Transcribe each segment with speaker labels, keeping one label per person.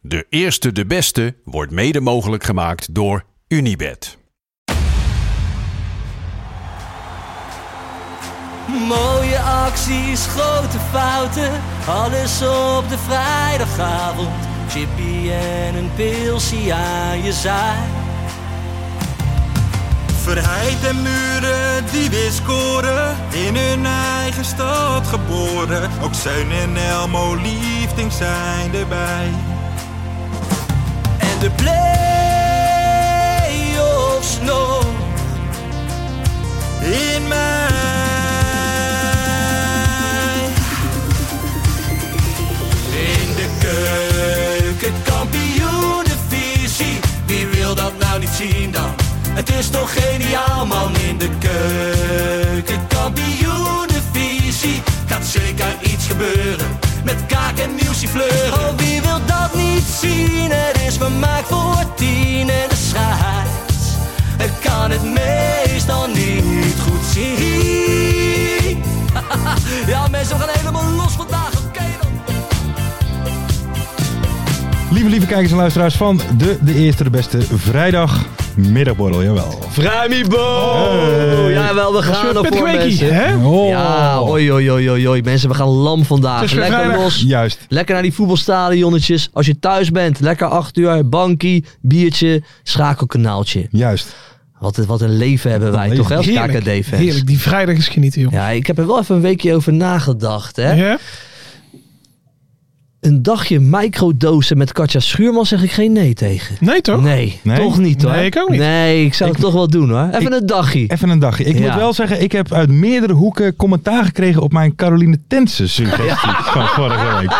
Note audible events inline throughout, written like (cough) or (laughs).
Speaker 1: De eerste, de beste wordt mede mogelijk gemaakt door Unibed.
Speaker 2: Mooie acties, grote fouten, alles op de vrijdagavond. Chippy en een pilsie aan je zaai.
Speaker 3: Verheid en muren die weer scoren, in hun eigen stad geboren. Ook Zijn en Elmo liefding zijn erbij.
Speaker 2: En de play-offs nog.
Speaker 3: In mij.
Speaker 2: In de keuken, kampioenenvisie. Wie wil dat nou niet zien dan? Het is toch geniaal man in de keuken, kampioenenvisie. Gaat zeker iets gebeuren met kaak en nieuwsie fleuren. Oh, wie wil dat niet zien? Het is vermaakt voor tien en de scheids. Ik kan het meestal niet goed zien. (laughs) ja mensen, we gaan helemaal los vandaag. Oké dan.
Speaker 4: Lieve, lieve kijkers en luisteraars van de, de eerste, de beste vrijdagmiddagborrel, jawel.
Speaker 2: Vrijmibo!
Speaker 4: Hey.
Speaker 2: Jawel, we gaan
Speaker 4: Pet
Speaker 2: ervoor
Speaker 4: Kweekie,
Speaker 2: mensen.
Speaker 4: hè? Oh.
Speaker 2: Ja, oi, oi, oi, oi, oi. Mensen, we gaan lam vandaag.
Speaker 4: Het is weer
Speaker 2: Lekker
Speaker 4: vrijdag.
Speaker 2: los.
Speaker 4: Juist.
Speaker 2: Lekker naar die voetbalstadionnetjes. Als je thuis bent, lekker acht uur. Bankie, biertje, schakelkanaaltje.
Speaker 4: Juist.
Speaker 2: Wat, een- wat een leven hebben wij
Speaker 4: Wat een
Speaker 2: toch, hè, als
Speaker 5: Heerlijk,
Speaker 2: KKD-fans.
Speaker 5: Heerlijk, die vrijdag is genieten, joh.
Speaker 2: Ja, ik heb er wel even een weekje over nagedacht, hè.
Speaker 5: Ja?
Speaker 2: Een dagje microdosen met Katja Schuurman zeg ik geen nee tegen.
Speaker 5: Nee, toch?
Speaker 2: Nee,
Speaker 4: Nee?
Speaker 2: toch niet hoor.
Speaker 5: Nee, ik ook niet.
Speaker 2: Nee, ik zou het toch wel doen hoor. Even een dagje.
Speaker 4: Even een dagje. Ik
Speaker 2: Ja.
Speaker 4: moet wel zeggen, ik heb uit meerdere hoeken commentaar gekregen op mijn Caroline Tense suggestie van vorige
Speaker 2: (laughs)
Speaker 4: week.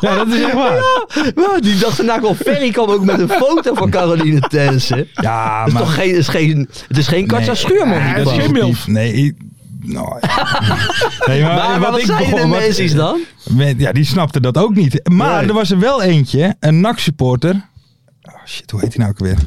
Speaker 4: Ja. dat is echt waar.
Speaker 2: Wow, Oh, die dacht daarna wel Ferry kwam ook met een foto van Caroline Tensen.
Speaker 4: Ja,
Speaker 2: Het is toch geen, het is geen, het is geen Katja Schuurman.
Speaker 4: Nee,
Speaker 2: die
Speaker 4: dat is
Speaker 2: kwam.
Speaker 4: geen
Speaker 5: geen
Speaker 4: milf.
Speaker 5: milf.
Speaker 4: Nee, ik- nou,
Speaker 2: (laughs)
Speaker 4: nee,
Speaker 2: maar
Speaker 4: maar,
Speaker 2: wat,
Speaker 4: ik
Speaker 2: zeiden de
Speaker 4: begon- wat-
Speaker 2: mensen dan?
Speaker 4: Men- Ja, die snapte dat ook niet. Maar
Speaker 2: Nee.
Speaker 4: er was er wel eentje, een NAC-supporter. Oh shit, hoe heet hij nou ook weer?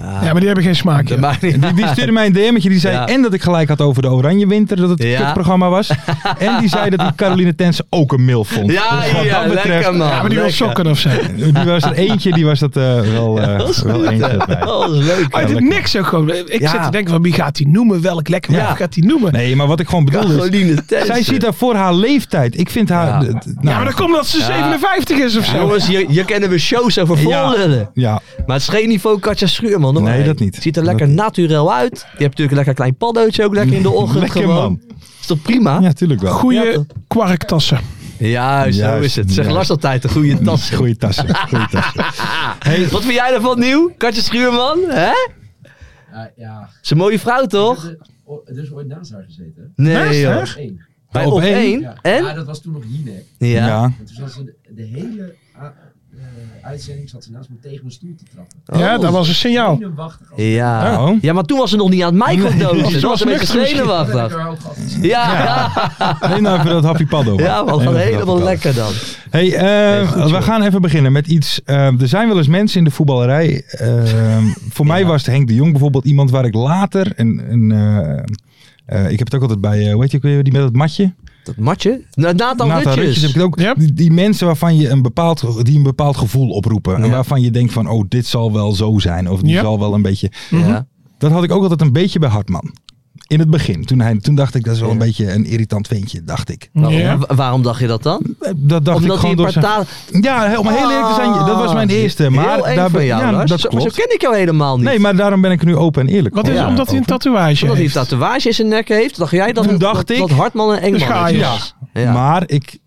Speaker 5: Ja, maar die hebben geen smaak.
Speaker 2: Dat
Speaker 5: joh.
Speaker 2: maakt niet
Speaker 4: Die, die stuurde mij een DM'tje. Die zei
Speaker 2: Ja.
Speaker 4: en dat ik gelijk had over de Oranje Winter. Dat het
Speaker 2: Ja.
Speaker 4: een programma
Speaker 2: (laughs)
Speaker 4: was. en die zei dat die Caroline Tense ook een mil vond.
Speaker 2: Ja,
Speaker 4: Dus wat
Speaker 2: ja,
Speaker 4: dat betreft,
Speaker 2: lekker man.
Speaker 5: Ja, maar die wil
Speaker 2: lekker.
Speaker 5: sokken of zo.
Speaker 4: Die was er eentje, die was dat eh, wel, eh,
Speaker 2: Dat is
Speaker 4: wel
Speaker 2: goed,
Speaker 4: eentje.
Speaker 2: hè. Oh.
Speaker 4: erbij.
Speaker 2: Dat is
Speaker 4: Ah,
Speaker 2: leuk.
Speaker 5: Uit
Speaker 2: hè.
Speaker 5: het niks ook gewoon. Ik
Speaker 4: Ja.
Speaker 5: zit te denken van wie gaat die noemen? Welk lekker
Speaker 2: Ja.
Speaker 5: wijf gaat die noemen?
Speaker 4: Nee, maar wat ik gewoon bedoel is...
Speaker 2: Caroline Tensen.
Speaker 4: dus- Zij ziet haar voor haar leeftijd. Ik vind haar...
Speaker 2: Ja.
Speaker 4: d- d- nou,
Speaker 5: Ja, maar dan komt dat ze 57 is of zo.
Speaker 2: Ah, Jongens, hier, hier kennen we shows over
Speaker 4: Ja.
Speaker 2: volrullen.
Speaker 4: Ja,
Speaker 2: Maar het is geen niveau Katja Schuurman hoor.
Speaker 4: Nee, dat niet.
Speaker 2: Ziet er
Speaker 4: Dat
Speaker 2: lekker
Speaker 4: niet.
Speaker 2: naturel uit. Je hebt natuurlijk een lekker klein paddootje ook lekker in de ochtend
Speaker 4: Lekker,
Speaker 2: gewoon.
Speaker 4: man.
Speaker 2: Is toch prima?
Speaker 4: ja, tuurlijk wel.
Speaker 5: Goeie
Speaker 2: Ja, toch?
Speaker 5: kwarktassen.
Speaker 2: Juist, zo
Speaker 4: Juist,
Speaker 2: is het. Zeg
Speaker 4: juist.
Speaker 2: Lars altijd, de goede tas.
Speaker 4: Goeie tassen.
Speaker 2: (laughs)
Speaker 4: Goeie tassen. Hey,
Speaker 2: Wat vind jij daarvan nieuw? Katje Schuurman, hè?
Speaker 6: Ja, ja.
Speaker 2: Is een mooie vrouw, toch?
Speaker 6: Ik heb er o- Oh, Er is ooit naast haar gezeten. hè?
Speaker 2: Nee, joh.
Speaker 6: Op één.
Speaker 2: Bij
Speaker 4: Op
Speaker 2: op
Speaker 4: één?
Speaker 2: één.
Speaker 6: Ja.
Speaker 2: Dus- En?
Speaker 6: Ja, dat was toen nog Jinek.
Speaker 2: Ja.
Speaker 4: ja.
Speaker 6: En toen zat ze de, de hele a- eh, uitzending zat ze naast me tegen mijn stoel te trappen.
Speaker 5: Ja,
Speaker 2: Oh.
Speaker 5: dat was een signaal.
Speaker 6: Zenuwachtig. als-
Speaker 2: Ja.
Speaker 4: Oh.
Speaker 2: ja, maar toen was ze nog niet aan het microdosen.
Speaker 4: Nee.
Speaker 2: Ze was een beetje
Speaker 5: nuchter misschien.
Speaker 6: Ik heb
Speaker 2: zenuwachtig.
Speaker 6: haar ook gehad.
Speaker 2: Ja, ja.
Speaker 4: Neem nou even dat happy paddo.
Speaker 2: ja man,
Speaker 4: Neem
Speaker 2: gaat
Speaker 4: even dat
Speaker 2: helemaal
Speaker 4: happy
Speaker 2: lekker dan.
Speaker 4: Hey, eh,
Speaker 2: goed,
Speaker 4: we
Speaker 2: joh.
Speaker 4: gaan even beginnen met iets. eh, er zijn wel eens mensen in de voetballerij. eh,
Speaker 2: (laughs)
Speaker 4: voor mij was Henk de Jong bijvoorbeeld iemand waar ik later. En, en, eh, eh, ik heb het ook altijd bij, eh, hoe heet je ook weer, die met dat matje?
Speaker 2: Dat matje? Na- Nathan,
Speaker 4: Nathan
Speaker 2: Nathan
Speaker 4: Rutjes heb ik het ook.
Speaker 5: Ja.
Speaker 4: Die, die mensen waarvan je een bepaald, die een bepaald gevoel oproepen. En
Speaker 2: Ja.
Speaker 4: waarvan je denkt van, oh, dit zal wel zo zijn. Of die
Speaker 5: Ja.
Speaker 4: zal wel een beetje.
Speaker 2: Ja.
Speaker 4: Dat had ik Mhm. ook altijd een beetje bij Hartman. In het begin. Toen, hij, toen dacht ik, dat is wel een
Speaker 2: Ja.
Speaker 4: beetje een irritant ventje, dacht ik.
Speaker 2: Waarom,
Speaker 5: Ja.
Speaker 2: Nou, wa- waarom dacht je dat dan?
Speaker 4: Eh, Dat dacht
Speaker 2: Omdat
Speaker 4: ik
Speaker 2: hij
Speaker 4: gewoon
Speaker 2: een
Speaker 4: door
Speaker 2: paar
Speaker 4: zijn...
Speaker 2: talen...
Speaker 4: Ja, he- om heel eerlijk te zijn, dat was mijn eerste. Maar
Speaker 2: Heel eng
Speaker 4: daar
Speaker 2: van
Speaker 4: ben-
Speaker 2: jou,
Speaker 4: ja,
Speaker 2: Lars.
Speaker 4: dat
Speaker 2: Zo- Zo
Speaker 4: klopt.
Speaker 2: ken ik jou helemaal niet.
Speaker 4: Nee, maar daarom ben ik er nu open en eerlijk.
Speaker 5: Wat is
Speaker 2: Ja.
Speaker 5: het? Omdat hij een tatoeage
Speaker 2: Omdat hij een
Speaker 5: heeft.
Speaker 2: tatoeage in zijn nek heeft, dacht jij dat,
Speaker 4: Toen
Speaker 2: dat,
Speaker 4: dacht ik-
Speaker 2: dat Hartman een eng
Speaker 5: Dus ga
Speaker 2: mannetje
Speaker 5: je.
Speaker 2: was. Ja.
Speaker 4: Maar ik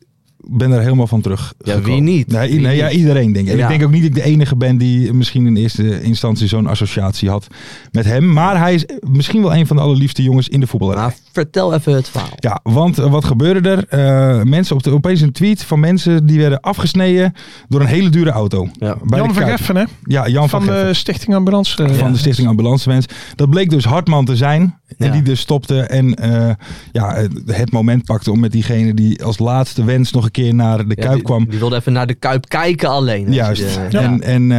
Speaker 4: ben er helemaal van terug.
Speaker 2: Ja, wie niet?
Speaker 4: Nee,
Speaker 2: Wie
Speaker 4: nee, ja,
Speaker 2: niet?
Speaker 4: iedereen denk ik. En
Speaker 2: Ja.
Speaker 4: ik denk ook niet dat ik de enige ben die misschien in eerste instantie zo'n associatie had met hem. Maar hij is misschien wel een van de allerliefste jongens in de voetballerij.
Speaker 2: Maar vertel even het verhaal.
Speaker 4: Ja, want eh, wat gebeurde er? Eh, mensen op de, opeens een tweet van mensen die werden afgesneden door een hele dure auto.
Speaker 2: Ja.
Speaker 4: Bij
Speaker 5: Jan
Speaker 4: de
Speaker 5: van
Speaker 4: Kuip.
Speaker 5: Geffen, hè?
Speaker 4: Ja, Jan van,
Speaker 5: Van
Speaker 4: Geffen.
Speaker 5: de Stichting Ambulance. eh,
Speaker 4: van de Stichting Ambulancemens. Dat bleek dus Hartman te zijn. En
Speaker 2: Ja.
Speaker 4: die dus stopte en eh, ja, het- het moment pakte om met diegene die als laatste wens nog een keer naar de
Speaker 2: Ja,
Speaker 4: Kuip
Speaker 2: die-
Speaker 4: kwam.
Speaker 2: Die, wilde even naar de Kuip kijken alleen. hè.
Speaker 4: Juist.
Speaker 2: Dus, eh,
Speaker 4: En, en eh,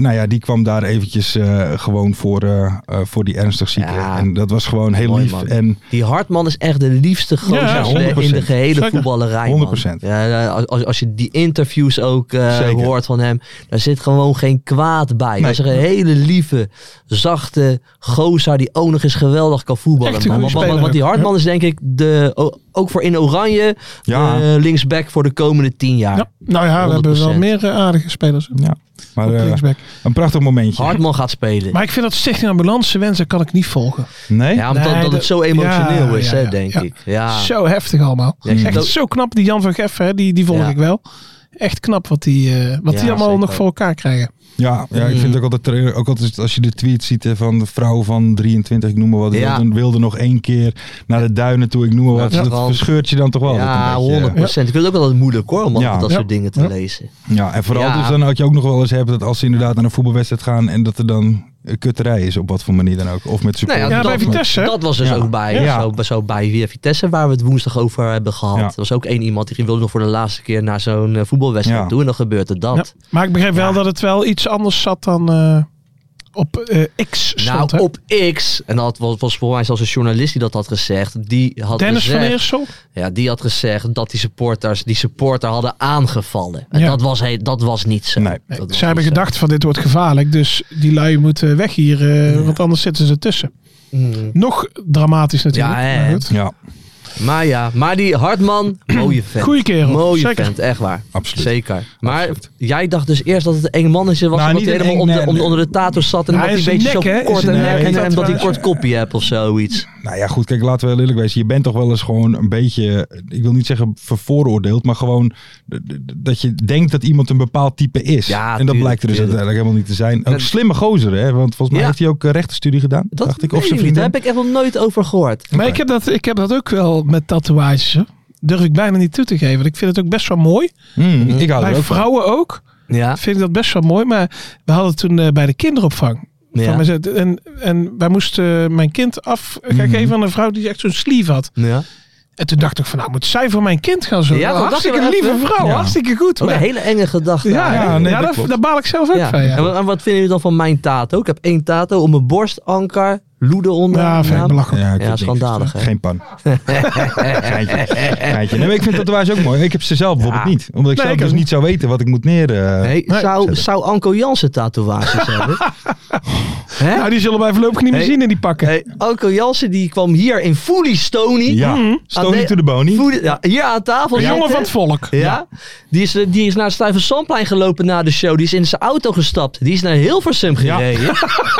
Speaker 4: nou ja, die kwam daar eventjes eh, gewoon voor, eh, eh, voor die ernstig zieke.
Speaker 2: Ja.
Speaker 4: En dat was gewoon heel
Speaker 2: Mooi,
Speaker 4: lief.
Speaker 2: man.
Speaker 4: En
Speaker 2: Die Hartman is echt de liefste gozer
Speaker 5: Ja,
Speaker 2: in
Speaker 4: 100%.
Speaker 2: de gehele
Speaker 5: Zeker.
Speaker 2: voetballerij.
Speaker 4: 100%.
Speaker 2: Man. Ja, als, als- als je die interviews ook eh,
Speaker 4: Zeker.
Speaker 2: hoort van hem, daar zit gewoon geen kwaad bij.
Speaker 4: Nee.
Speaker 2: Dat is een hele lieve, zachte gozer die ook nog eens geweldig kan voetballen.
Speaker 5: Echt een
Speaker 2: man.
Speaker 5: goede
Speaker 2: Want- want-
Speaker 5: speler
Speaker 2: want die
Speaker 5: ook.
Speaker 2: Hartman is denk ik de, o- ook voor in oranje
Speaker 4: Ja.
Speaker 2: eh, linksback voor de komende tien jaar.
Speaker 5: ja. Nou ja, we hebben wel
Speaker 2: 100%.
Speaker 5: meer eh, aardige spelers. hè,
Speaker 4: ja, maar
Speaker 5: op
Speaker 4: eh,
Speaker 5: linksback.
Speaker 4: een prachtig momentje.
Speaker 2: Hartman gaat spelen.
Speaker 5: Maar ik vind dat Stichting Ambulance wensen kan ik niet volgen.
Speaker 4: Nee?
Speaker 2: ja, omdat
Speaker 5: Nee,
Speaker 2: dat
Speaker 5: dat-
Speaker 2: het zo emotioneel
Speaker 5: ja,
Speaker 2: is,
Speaker 5: ja,
Speaker 2: hè,
Speaker 5: ja,
Speaker 2: denk
Speaker 5: ja.
Speaker 2: ik. Ja.
Speaker 5: Zo heftig allemaal.
Speaker 2: Ah. Ja, ik zit
Speaker 5: Echt
Speaker 2: ook-
Speaker 5: zo knap, die Jan van Geffen, hè, die, die volg
Speaker 2: Ja.
Speaker 5: ik wel. Echt knap wat die, eh, wat
Speaker 2: Ja,
Speaker 5: die allemaal
Speaker 2: zeker.
Speaker 5: nog voor elkaar krijgen.
Speaker 4: Ja, ja, ik
Speaker 2: Mm.
Speaker 4: vind het ook altijd treurig. Ook altijd als je de tweet ziet eh, van de vrouw van 23, ik noem maar wat.
Speaker 2: Ja.
Speaker 4: Wilde, wilde nog één keer naar de duinen toe, ik noem maar wat. Dus
Speaker 2: Ja.
Speaker 4: Dat verscheurt je dan toch wel.
Speaker 2: Ja,
Speaker 4: altijd een beetje.
Speaker 2: 100%. Ik vind het ook altijd moeilijk hoor, om
Speaker 4: Ja.
Speaker 2: altijd dat
Speaker 4: Ja.
Speaker 2: soort dingen te
Speaker 4: Ja.
Speaker 2: lezen.
Speaker 4: Ja, en vooral
Speaker 2: Ja.
Speaker 4: dus dan had je ook nog wel eens hebben dat als ze inderdaad naar een voetbalwedstrijd gaan en dat er dan een kutterij is op wat voor manier dan ook. Of met support.
Speaker 5: Nou ja, bij Vitesse, hè?
Speaker 2: Nou Dat was dus
Speaker 4: Ja.
Speaker 2: ook bij,
Speaker 4: Ja.
Speaker 2: zo, zo bij via Vitesse, waar we het woensdag over hebben gehad.
Speaker 4: Ja.
Speaker 2: Er was ook één iemand die wilde nog voor de laatste keer naar zo'n eh, voetbalwedstrijd
Speaker 4: Ja.
Speaker 2: toe. En dan gebeurde dat.
Speaker 5: Ja, Maar ik begreep wel
Speaker 2: Ja.
Speaker 5: dat het wel iets anders zat dan eh, op eh, X stond.
Speaker 2: nou,
Speaker 5: hè?
Speaker 2: op X, en dat was, was volgens mij zelfs een journalist die dat had gezegd. Die had
Speaker 5: Dennis van
Speaker 2: gezegd,
Speaker 5: Eersel.
Speaker 2: Ja, die had gezegd dat die supporters die supporter hadden aangevallen. En
Speaker 5: Ja.
Speaker 2: dat, was, he- dat was niet zo.
Speaker 4: Nee.
Speaker 2: Dat was
Speaker 5: Ze hebben
Speaker 2: niet zo.
Speaker 5: gedacht van dit wordt gevaarlijk, dus die lui moeten weg hier, eh, want anders zitten ze tussen.
Speaker 2: Mm.
Speaker 5: Nog dramatisch natuurlijk.
Speaker 2: Ja, hè.
Speaker 5: maar goed.
Speaker 4: Ja,
Speaker 2: Maar ja, maar die Hartman, mooie vent.
Speaker 5: Goeie kerel,
Speaker 2: Mooie
Speaker 5: zeker.
Speaker 2: vent, echt waar.
Speaker 4: absoluut.
Speaker 2: Zeker. Maar jij dacht dus eerst dat het een eng mannetje was.
Speaker 4: Nou,
Speaker 2: omdat
Speaker 4: niet
Speaker 2: hij
Speaker 4: een
Speaker 2: helemaal
Speaker 4: eng-
Speaker 2: onder,
Speaker 4: nee,
Speaker 2: onder,
Speaker 4: nee.
Speaker 2: onder de tato zat. En
Speaker 5: Nou,
Speaker 2: dat hij een
Speaker 5: is een
Speaker 2: beetje
Speaker 5: nek,
Speaker 2: zo
Speaker 5: hè? Is
Speaker 2: kort en
Speaker 5: een
Speaker 4: nek,
Speaker 2: nek. En,
Speaker 4: dat
Speaker 2: en dat hij
Speaker 4: wel.
Speaker 2: kort kopje hebt of zoiets.
Speaker 4: Nou ja, goed, kijk, laten we heel eerlijk wezen. Je bent toch wel eens gewoon een beetje, ik wil niet zeggen vervooroordeeld, maar gewoon d- d- dat je denkt dat iemand een bepaald type is.
Speaker 2: Ja,
Speaker 4: en dat
Speaker 2: tuurlijk,
Speaker 4: blijkt er dus
Speaker 2: tuurlijk.
Speaker 4: uiteindelijk helemaal niet te zijn. Ook
Speaker 2: Dat-
Speaker 4: slimme gozer, hè? Want volgens mij
Speaker 2: Ja.
Speaker 4: heeft hij ook eh, rechtenstudie gedaan,
Speaker 2: Dat
Speaker 4: dacht ik.
Speaker 2: weet
Speaker 4: Of zijn
Speaker 2: ik niet,
Speaker 4: vriendin.
Speaker 2: Daar heb ik echt nog nooit over gehoord.
Speaker 5: Maar ik heb, dat, ik heb dat ook wel met tatoeages. hè. Durf ik bijna niet toe te geven. want Ik vind het ook best wel mooi.
Speaker 4: Hmm, ik hou er
Speaker 5: Bij
Speaker 4: ook van.
Speaker 5: vrouwen ook.
Speaker 2: Ja.
Speaker 5: vind ik dat best wel mooi. Maar we hadden toen eh, bij de kinderopvang. Van
Speaker 2: Ja.
Speaker 5: mijn zet- en, en wij moesten mijn kind
Speaker 2: Mhm.
Speaker 5: afgeven aan een vrouw die echt zo'n sleeve had.
Speaker 2: ja.
Speaker 5: En toen dacht ik van, nou moet zij voor mijn kind gaan zo.
Speaker 2: Ja, dat
Speaker 5: hartstikke
Speaker 2: dacht ik wel
Speaker 5: lieve
Speaker 2: even. Oh,
Speaker 5: vrouw.
Speaker 4: Ja.
Speaker 5: Hartstikke goed.
Speaker 2: Ook
Speaker 5: maar-
Speaker 2: een hele enge gedachte.
Speaker 5: ja,
Speaker 2: eigenlijk.
Speaker 4: ja, nee,
Speaker 5: ja,
Speaker 4: dat
Speaker 5: daar,
Speaker 4: klopt.
Speaker 5: daar baal ik zelf ook
Speaker 2: Ja.
Speaker 5: van. Ja,
Speaker 2: En, wat- en wat vinden jullie dan van mijn tato? Ik heb één tato op mijn borst, anker, loede onder. Nou,
Speaker 5: ja vind ik
Speaker 2: naam.
Speaker 5: belachelijk.
Speaker 4: Ja, ik
Speaker 2: Ja,
Speaker 4: heb niks.
Speaker 2: schandalig, hè?
Speaker 4: Geen
Speaker 2: (laughs)
Speaker 4: pan. Geintje. Geintje. Nee, maar ik vind tatoeages ook mooi. Ik heb ze zelf bijvoorbeeld
Speaker 2: Ja.
Speaker 4: niet. Omdat ik
Speaker 5: Nee,
Speaker 4: zelf
Speaker 5: ik
Speaker 4: dus
Speaker 5: ook
Speaker 4: niet zou weten wat ik moet neer... eh,
Speaker 2: Nee, zou,
Speaker 4: zetten.
Speaker 2: zou Anko Jansen
Speaker 5: (laughs)
Speaker 2: tatoeages hebben? Hè?
Speaker 5: Nou, die zullen wij voorlopig niet meer
Speaker 2: Hey.
Speaker 5: zien in die pakken.
Speaker 2: Hey, Anko Jansen die kwam hier in Fully Stony.
Speaker 4: Ja,
Speaker 2: Ah,
Speaker 4: Stony
Speaker 2: nee.
Speaker 4: to the bony.
Speaker 2: Voeden- ja, hier aan tafel.
Speaker 5: Een
Speaker 2: zitten.
Speaker 5: Hmm. jongen van het volk.
Speaker 2: Ja, Die, is, eh, die is naar het Stuyvesantplein gelopen na de show. Die is in zijn auto gestapt. Die is naar Hilversum gereden.
Speaker 4: (laughs)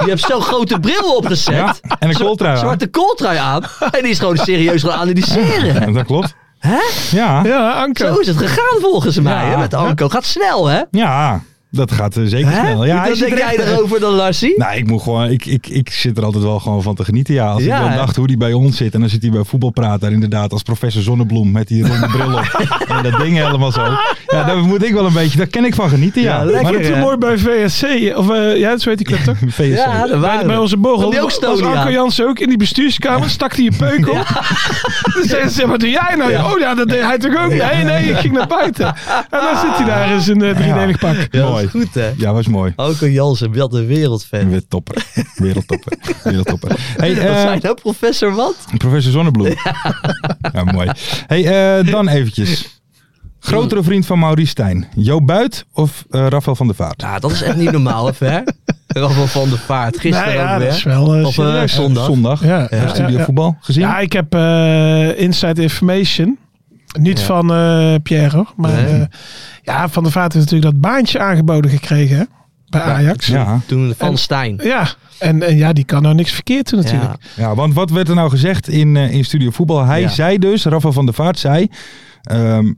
Speaker 2: Die heeft zo'n grote bril opgezet.
Speaker 4: Ja, en een kooltrui aan.
Speaker 2: Zwarte kooltrui aan. En die is gewoon serieus gaan analyseren.
Speaker 4: Ja, Dat klopt.
Speaker 2: Hè?
Speaker 4: Ja.
Speaker 5: Ja,
Speaker 2: Zo
Speaker 5: Anko.
Speaker 2: is het gegaan volgens mij hè, met Anko. Gaat snel hè?
Speaker 4: Ja, dat gaat eh, zeker
Speaker 2: hè?
Speaker 4: snel. Ja, hij
Speaker 2: Wat
Speaker 4: zit
Speaker 2: denk
Speaker 4: er
Speaker 2: jij
Speaker 4: echt-
Speaker 2: erover dan Larsie?
Speaker 4: Nou, ik, moet gewoon, ik, ik, ik zit er altijd wel gewoon van te genieten. Ja, als
Speaker 2: Ja,
Speaker 4: ik dan
Speaker 2: hè?
Speaker 4: dacht hoe die bij ons zit. En dan zit hij bij voetbalpraat daar inderdaad als professor Zonnebloem met die
Speaker 2: (laughs)
Speaker 4: ronde bril op. en dat ding helemaal zo. Ja, daar moet ik wel een beetje, daar ken ik van genieten. Ja,
Speaker 2: Ja, lekker,
Speaker 4: maar eh,
Speaker 5: Maar dat
Speaker 4: dat
Speaker 5: is
Speaker 2: hè?
Speaker 4: (laughs)
Speaker 5: mooi bij VSC. Of eh, ja, zo heet die club toch?
Speaker 4: VSC.
Speaker 2: ja, daar waren
Speaker 5: Bij, bij
Speaker 2: we.
Speaker 5: onze
Speaker 2: Kwam
Speaker 5: borrel
Speaker 2: die ook
Speaker 5: was
Speaker 2: stonen
Speaker 5: Anko
Speaker 2: aan?
Speaker 5: Jansen ook in die bestuurskamer. Stak hij een peuk op. (laughs) Dan zeiden ze, wat doe jij nou? Oh ja, dat deed hij toch ook? Nee, nee, ik ging naar buiten. En dan zit hij daar in zijn eh, driedelig pak.
Speaker 4: Ja,
Speaker 2: Ja, dat
Speaker 4: mooi.
Speaker 2: is goed hè?
Speaker 4: Ja, was
Speaker 2: (laughs)
Speaker 4: mooi.
Speaker 2: Anko Jansen, wat een wereldfan.
Speaker 4: Weer topper.
Speaker 2: (laughs)
Speaker 4: Wereldtopper. Wereldtopper. Hey,
Speaker 2: Wat
Speaker 4: eh,
Speaker 2: zijn nou professor wat?
Speaker 4: professor Zonnebloem. (laughs) Ja, mooi. Hey, eh, dan eventjes. Grotere vriend van Maurice Stijn. Jo Buit of eh Rafael van der Vaart?
Speaker 2: Nou, dat is echt niet normaal, hè? Ver? Rafael van der Vaart, gisteren
Speaker 5: Nou ja,
Speaker 2: ook
Speaker 5: dat is
Speaker 2: weer.
Speaker 5: wel eh,
Speaker 2: Of eh,
Speaker 5: serieus.
Speaker 2: zondag.
Speaker 4: Zondag.
Speaker 5: Ja, ja,
Speaker 4: Heb je Studio
Speaker 5: ja.
Speaker 4: voetbal gezien?
Speaker 5: Ja, ik heb eh, inside information. Niet
Speaker 2: Ja.
Speaker 5: van eh, Pierre, hoor. Maar
Speaker 2: Nee.
Speaker 5: eh, ja, Van der Vaart heeft natuurlijk dat baantje aangeboden gekregen hè, bij Ajax. Ja,
Speaker 4: ja.
Speaker 2: Toen van
Speaker 5: En-
Speaker 2: Stijn.
Speaker 5: En, en ja, die kan nou niks verkeerd doen natuurlijk.
Speaker 2: Ja.
Speaker 4: Ja, want wat werd er nou gezegd in, eh, in Studio Voetbal? Hij
Speaker 2: Ja.
Speaker 4: zei dus, Rafa van der Vaart zei... ehm,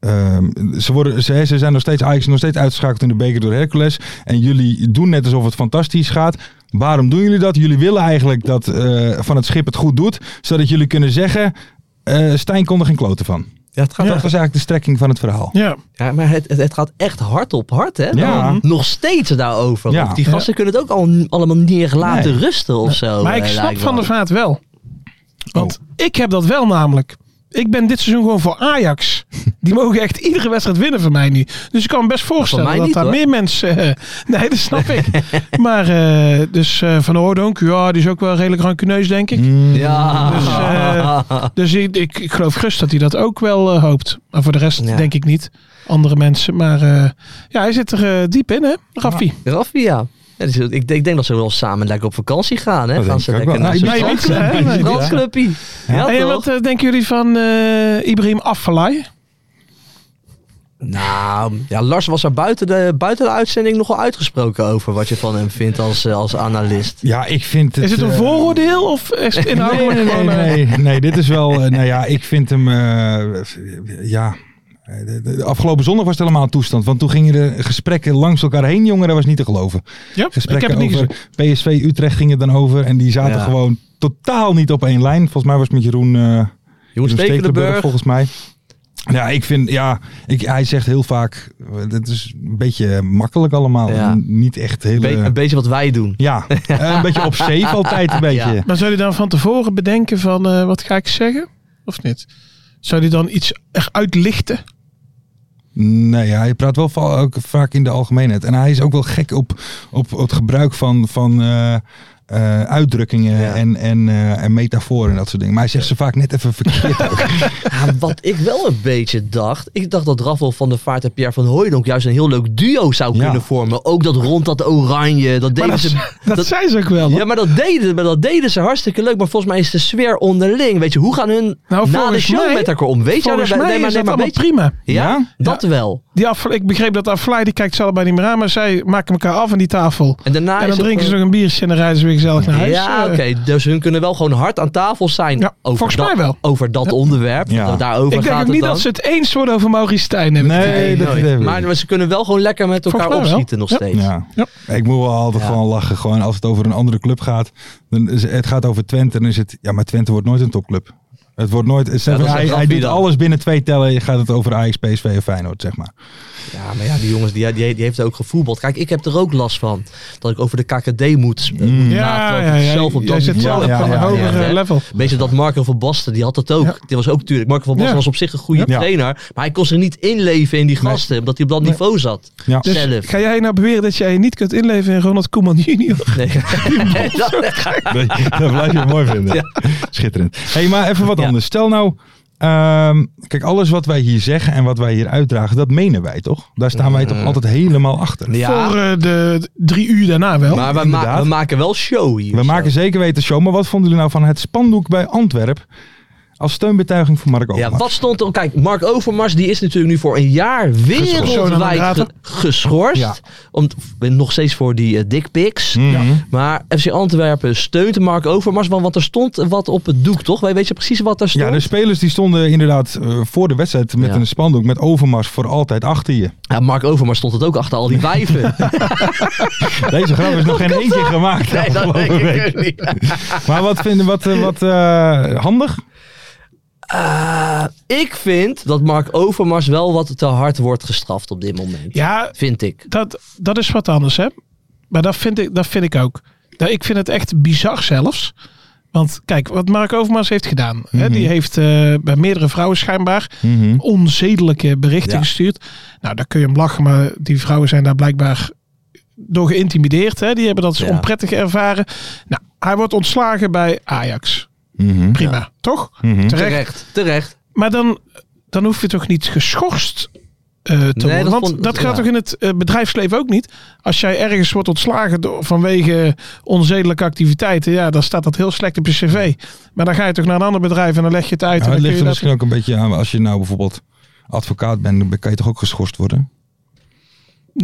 Speaker 4: ehm, ze, worden, ze, ze zijn nog steeds, Ajax is nog steeds uitgeschakeld in de beker door Hercules. En jullie doen net alsof het fantastisch gaat. Waarom doen jullie dat? Jullie willen eigenlijk dat eh, Van het Schip het goed doet. Zodat jullie kunnen zeggen, eh, Stijn kon er geen kloten van.
Speaker 2: Ja, het gaat
Speaker 4: Dat
Speaker 2: echt-
Speaker 4: was eigenlijk de strekking van het verhaal.
Speaker 5: Ja.
Speaker 2: ja, Oh, maar het, het, het gaat echt hard op hard, hè?
Speaker 4: Ja.
Speaker 2: Dan Nog steeds daarover.
Speaker 4: Ja.
Speaker 2: Want Die gasten kunnen het ook al, allemaal niet laten rusten of zo.
Speaker 5: Maar ik
Speaker 2: eh,
Speaker 5: snap
Speaker 2: lijkt
Speaker 5: van
Speaker 2: wel.
Speaker 5: de vaat wel. Want ik heb dat wel namelijk. Ik ben dit seizoen gewoon voor Ajax.
Speaker 2: (laughs)
Speaker 5: Die mogen echt iedere wedstrijd winnen voor mij nu. Dus ik kan me best voorstellen
Speaker 2: mij
Speaker 5: dat
Speaker 2: niet,
Speaker 5: daar
Speaker 2: hoor.
Speaker 5: meer mensen... eh, (laughs) nee, dat snap
Speaker 2: (laughs)
Speaker 5: ik. Maar eh, dus eh, Van Oordonk, ja, die is ook wel redelijk rancuneus, denk
Speaker 2: Hmm.
Speaker 5: ik.
Speaker 2: Ja.
Speaker 5: Dus,
Speaker 2: (laughs)
Speaker 5: eh, Dus ik, ik, ik geloof gerust dat hij dat ook wel eh, hoopt. Maar voor de rest
Speaker 2: Ja.
Speaker 5: denk ik niet. Andere mensen. Maar eh, ja, hij zit er eh, diep in, hè, Raffi?
Speaker 2: Raffi, ja. Ja, dus ik, ik denk dat ze wel samen lekker op vakantie gaan. Hè?
Speaker 4: Dat
Speaker 2: Gaan
Speaker 4: denk
Speaker 2: ze
Speaker 4: ik ook
Speaker 2: lekker
Speaker 4: wel.
Speaker 2: naar
Speaker 4: Nou,
Speaker 2: zo'n
Speaker 5: ik weet het, hè?
Speaker 2: strandclubje.
Speaker 5: Nee, dat-
Speaker 2: strandclubje. Ja,
Speaker 5: en
Speaker 2: toch?
Speaker 5: wat eh, denken jullie van eh Ibrahim Afellay?
Speaker 2: Nou, ja, Lars was er buiten de, buiten de uitzending nogal uitgesproken over wat je van hem vindt als, eh, als analist.
Speaker 4: Ja, ik vind het...
Speaker 5: Is het een
Speaker 4: eh,
Speaker 5: vooroordeel of is
Speaker 2: (laughs)
Speaker 5: het
Speaker 4: Nee,
Speaker 5: inhoudelijk
Speaker 4: nee, nee,
Speaker 5: gewoon... eh,
Speaker 4: nee, nee, dit is wel. eh, nou ja, ik vind hem. eh, ja. Eh, de- de- de Afgelopen zondag was het helemaal een toestand. Want toen gingen de gesprekken langs elkaar heen, jongen. Dat was niet te geloven.
Speaker 5: Ja, ik heb
Speaker 4: Gesprekken
Speaker 5: het niet gezien.
Speaker 4: over PSV Utrecht gingen dan over. En die zaten
Speaker 2: Ja.
Speaker 4: gewoon totaal niet op één lijn. Volgens mij was het met Jeroen, eh,
Speaker 2: Jeroen Stekelenburg.
Speaker 4: volgens mij. Ja, ik vind, ja, ik, hij zegt heel vaak, eh, dat is een beetje makkelijk allemaal.
Speaker 2: Ja.
Speaker 4: En Niet echt heel... eh,
Speaker 2: Be- een beetje wat wij doen. (laughs)
Speaker 4: ja, eh, een beetje op safe altijd een beetje.
Speaker 2: Ja.
Speaker 5: Maar zou je dan van tevoren bedenken van eh, wat ga ik zeggen? Of niet? Zou die dan iets echt uitlichten?
Speaker 4: Nee, ja, hij praat wel va- ook vaak in de algemeenheid. En hij is ook wel gek op, op, het gebruik van, van eh, eh, uitdrukkingen
Speaker 2: Ja.
Speaker 4: en, en, eh, en metaforen en dat soort dingen. Maar hij zegt ze vaak net even verkeerd. ook.
Speaker 2: (laughs) Ja, wat ik wel een beetje dacht. Ik dacht dat Raffel van der Vaart en Pierre van Hooijdonk juist een heel leuk duo zou
Speaker 4: Ja.
Speaker 2: kunnen vormen. Ook dat rond dat oranje. Dat deden
Speaker 5: Maar dat,
Speaker 2: ze.
Speaker 5: (laughs) dat,
Speaker 2: dat-
Speaker 5: zei ze ook wel.
Speaker 2: (laughs)
Speaker 5: hè?
Speaker 2: Ja, maar dat, deden, maar dat deden ze hartstikke leuk. Maar volgens mij is de sfeer onderling. Weet je, hoe gaan hun
Speaker 5: Nou,
Speaker 2: na de
Speaker 5: volgens
Speaker 2: show
Speaker 5: mij-
Speaker 2: met elkaar om? Weet je,
Speaker 5: Volgens
Speaker 2: nee,
Speaker 5: mij
Speaker 2: maar-
Speaker 5: is
Speaker 2: nee,
Speaker 5: dat
Speaker 2: maar
Speaker 5: allemaal
Speaker 2: weet je-
Speaker 5: prima.
Speaker 2: Ja, dat wel.
Speaker 5: Die Af- ik begreep dat Aflaai, die kijkt zelf bij niet meer aan, maar zij maken elkaar af aan die tafel.
Speaker 2: En daarna
Speaker 5: En
Speaker 2: is
Speaker 5: dan
Speaker 2: het
Speaker 5: drinken ze
Speaker 2: gewoon-
Speaker 5: nog een biertje en dan rijden ze weer gezellig naar huis.
Speaker 2: Ja,
Speaker 5: Eh,
Speaker 2: oké. Dus hun kunnen wel gewoon hard aan tafel zijn
Speaker 5: Ja,
Speaker 2: over
Speaker 5: volgens
Speaker 2: dat,
Speaker 5: mij wel.
Speaker 2: Over dat
Speaker 5: Ja.
Speaker 2: onderwerp.
Speaker 4: Ja.
Speaker 2: Da- Daarover
Speaker 5: Ik denk
Speaker 2: gaat
Speaker 5: ook
Speaker 2: het
Speaker 5: niet
Speaker 2: dan.
Speaker 5: dat ze het eens worden over Maurice Stijn. Heb ik het idee.
Speaker 4: Nee, dat
Speaker 2: Nooit.
Speaker 4: hebben we
Speaker 2: maar
Speaker 4: niet.
Speaker 2: ze kunnen wel gewoon lekker met elkaar
Speaker 5: Volgens mij wel.
Speaker 2: opschieten nog
Speaker 5: Ja.
Speaker 2: steeds.
Speaker 4: Ja. Ik moet wel altijd
Speaker 2: Ja.
Speaker 4: gewoon lachen. Gewoon als het over een andere club gaat. Dan is, het gaat over Twente. Dan is het, ja, maar Twente wordt nooit een topclub. Het wordt nooit, het-
Speaker 2: dat is
Speaker 4: hij,
Speaker 2: een
Speaker 4: hij
Speaker 2: grapje
Speaker 4: doet
Speaker 2: dan.
Speaker 4: alles binnen twee tellen. Je gaat het over Ajax, PSV en Feyenoord, zeg maar.
Speaker 2: Ja, maar ja, die jongens die, die, die heeft ook gevoetbald. Kijk, ik heb er ook last van. Dat ik over de KKD moet. eh,
Speaker 4: Mm.
Speaker 2: moet praten,
Speaker 5: Ja,
Speaker 2: want
Speaker 5: ja,
Speaker 2: ik
Speaker 5: ja,
Speaker 2: zelf op
Speaker 5: jij
Speaker 2: dat
Speaker 5: zit
Speaker 2: niveau-
Speaker 5: zelf
Speaker 4: Ja,
Speaker 5: op
Speaker 4: ja,
Speaker 5: een
Speaker 4: ja,
Speaker 5: hoger
Speaker 2: ja.
Speaker 5: eh, level.
Speaker 2: Weet je dat Marco van Basten, die had dat ook. Die was ook natuurlijk, Marco van Basten
Speaker 5: Ja.
Speaker 2: was op zich een goede
Speaker 4: Ja.
Speaker 2: trainer. Maar hij kon zich niet inleven in die gasten, omdat hij op dat niveau zat.
Speaker 4: Ja.
Speaker 5: Dus
Speaker 2: Zelf.
Speaker 5: ga jij nou beweren dat jij je niet kunt inleven in Ronald Koeman (laughs) junior?
Speaker 2: Nee.
Speaker 4: Nee, dat blijf je (laughs) mooi vinden. Schitterend. hey, maar even wat
Speaker 2: Ja.
Speaker 4: anders. Stel nou, ehm, kijk, alles wat wij hier zeggen en wat wij hier uitdragen, dat menen wij toch? Daar staan wij toch altijd helemaal achter.
Speaker 2: Mm. ja,
Speaker 5: Voor eh, de drie uur daarna
Speaker 4: (laughs)
Speaker 5: wel.
Speaker 2: maar we, ma-
Speaker 4: inderdaad.
Speaker 2: we maken wel show hier.
Speaker 4: We
Speaker 2: zo.
Speaker 4: maken zeker weten show, maar wat vonden jullie nou van het spandoek bij Antwerp als steunbetuiging voor Mark
Speaker 2: Ja,
Speaker 4: Overmars?
Speaker 2: wat stond er? Kijk, Mark Overmars die is natuurlijk nu voor een jaar
Speaker 4: nou,
Speaker 2: wereldwijd
Speaker 5: Geschorst.
Speaker 2: ge- geschorst.
Speaker 4: Ja.
Speaker 2: Om, nog steeds voor die eh dickpics.
Speaker 4: Mhm.
Speaker 2: Maar FC Antwerpen steunt Mark Overmars, want, want er stond wat op het doek, toch? Wij weet je precies wat daar stond?
Speaker 4: Ja, dus- de spelers die stonden inderdaad eh, voor de wedstrijd met
Speaker 2: Ja.
Speaker 4: een spandoek met Overmars voor altijd achter je.
Speaker 2: Ja, Mark Overmars stond het ook achter al die
Speaker 4: (laughs)
Speaker 2: wijven.
Speaker 4: Deze grap is
Speaker 2: (laughs)
Speaker 4: nog geen één keer gemaakt
Speaker 2: Nee, dat
Speaker 4: afgelopen
Speaker 2: denk ik
Speaker 4: week.
Speaker 2: ook niet.
Speaker 4: Maar wat vinden wat, eh, wat eh, handig?
Speaker 2: Eh, ik vind dat Mark Overmars wel wat te hard wordt gestraft op dit moment.
Speaker 5: Ja,
Speaker 2: Vind ik.
Speaker 5: dat, dat is wat anders, hè? Maar dat vind ik, dat vind ik ook. Nou, ik vind het echt bizar zelfs. Want kijk, wat Mark Overmars heeft gedaan.
Speaker 2: Mhm.
Speaker 5: hè, die heeft eh, bij meerdere vrouwen schijnbaar
Speaker 4: Mhm,
Speaker 5: onzedelijke berichten
Speaker 2: Ja.
Speaker 5: gestuurd. Nou, daar kun je hem lachen, maar die vrouwen zijn daar blijkbaar door geïntimideerd. Hè? Die hebben dat
Speaker 2: Ja.
Speaker 5: onprettig ervaren. Nou, hij wordt ontslagen bij Ajax.
Speaker 4: Mhm.
Speaker 5: Prima, toch? Terecht.
Speaker 2: Terecht. Terecht.
Speaker 5: Maar dan, dan hoef je toch niet geschorst eh, te worden?
Speaker 2: dat
Speaker 5: Dat Want
Speaker 2: vond-
Speaker 5: dat
Speaker 2: ja.
Speaker 5: gaat toch in het eh, bedrijfsleven ook niet? Als jij ergens wordt ontslagen door, vanwege onzedelijke activiteiten, ja, dan staat dat heel slecht op je cv. Maar dan ga je toch naar een ander bedrijf en dan leg je het uit.
Speaker 4: Ja,
Speaker 5: en
Speaker 4: het
Speaker 5: dan kun
Speaker 4: ligt
Speaker 5: je
Speaker 4: er
Speaker 5: dat-
Speaker 4: misschien ook een beetje aan. maar Als je nou bijvoorbeeld advocaat bent, dan kan je toch ook geschorst worden?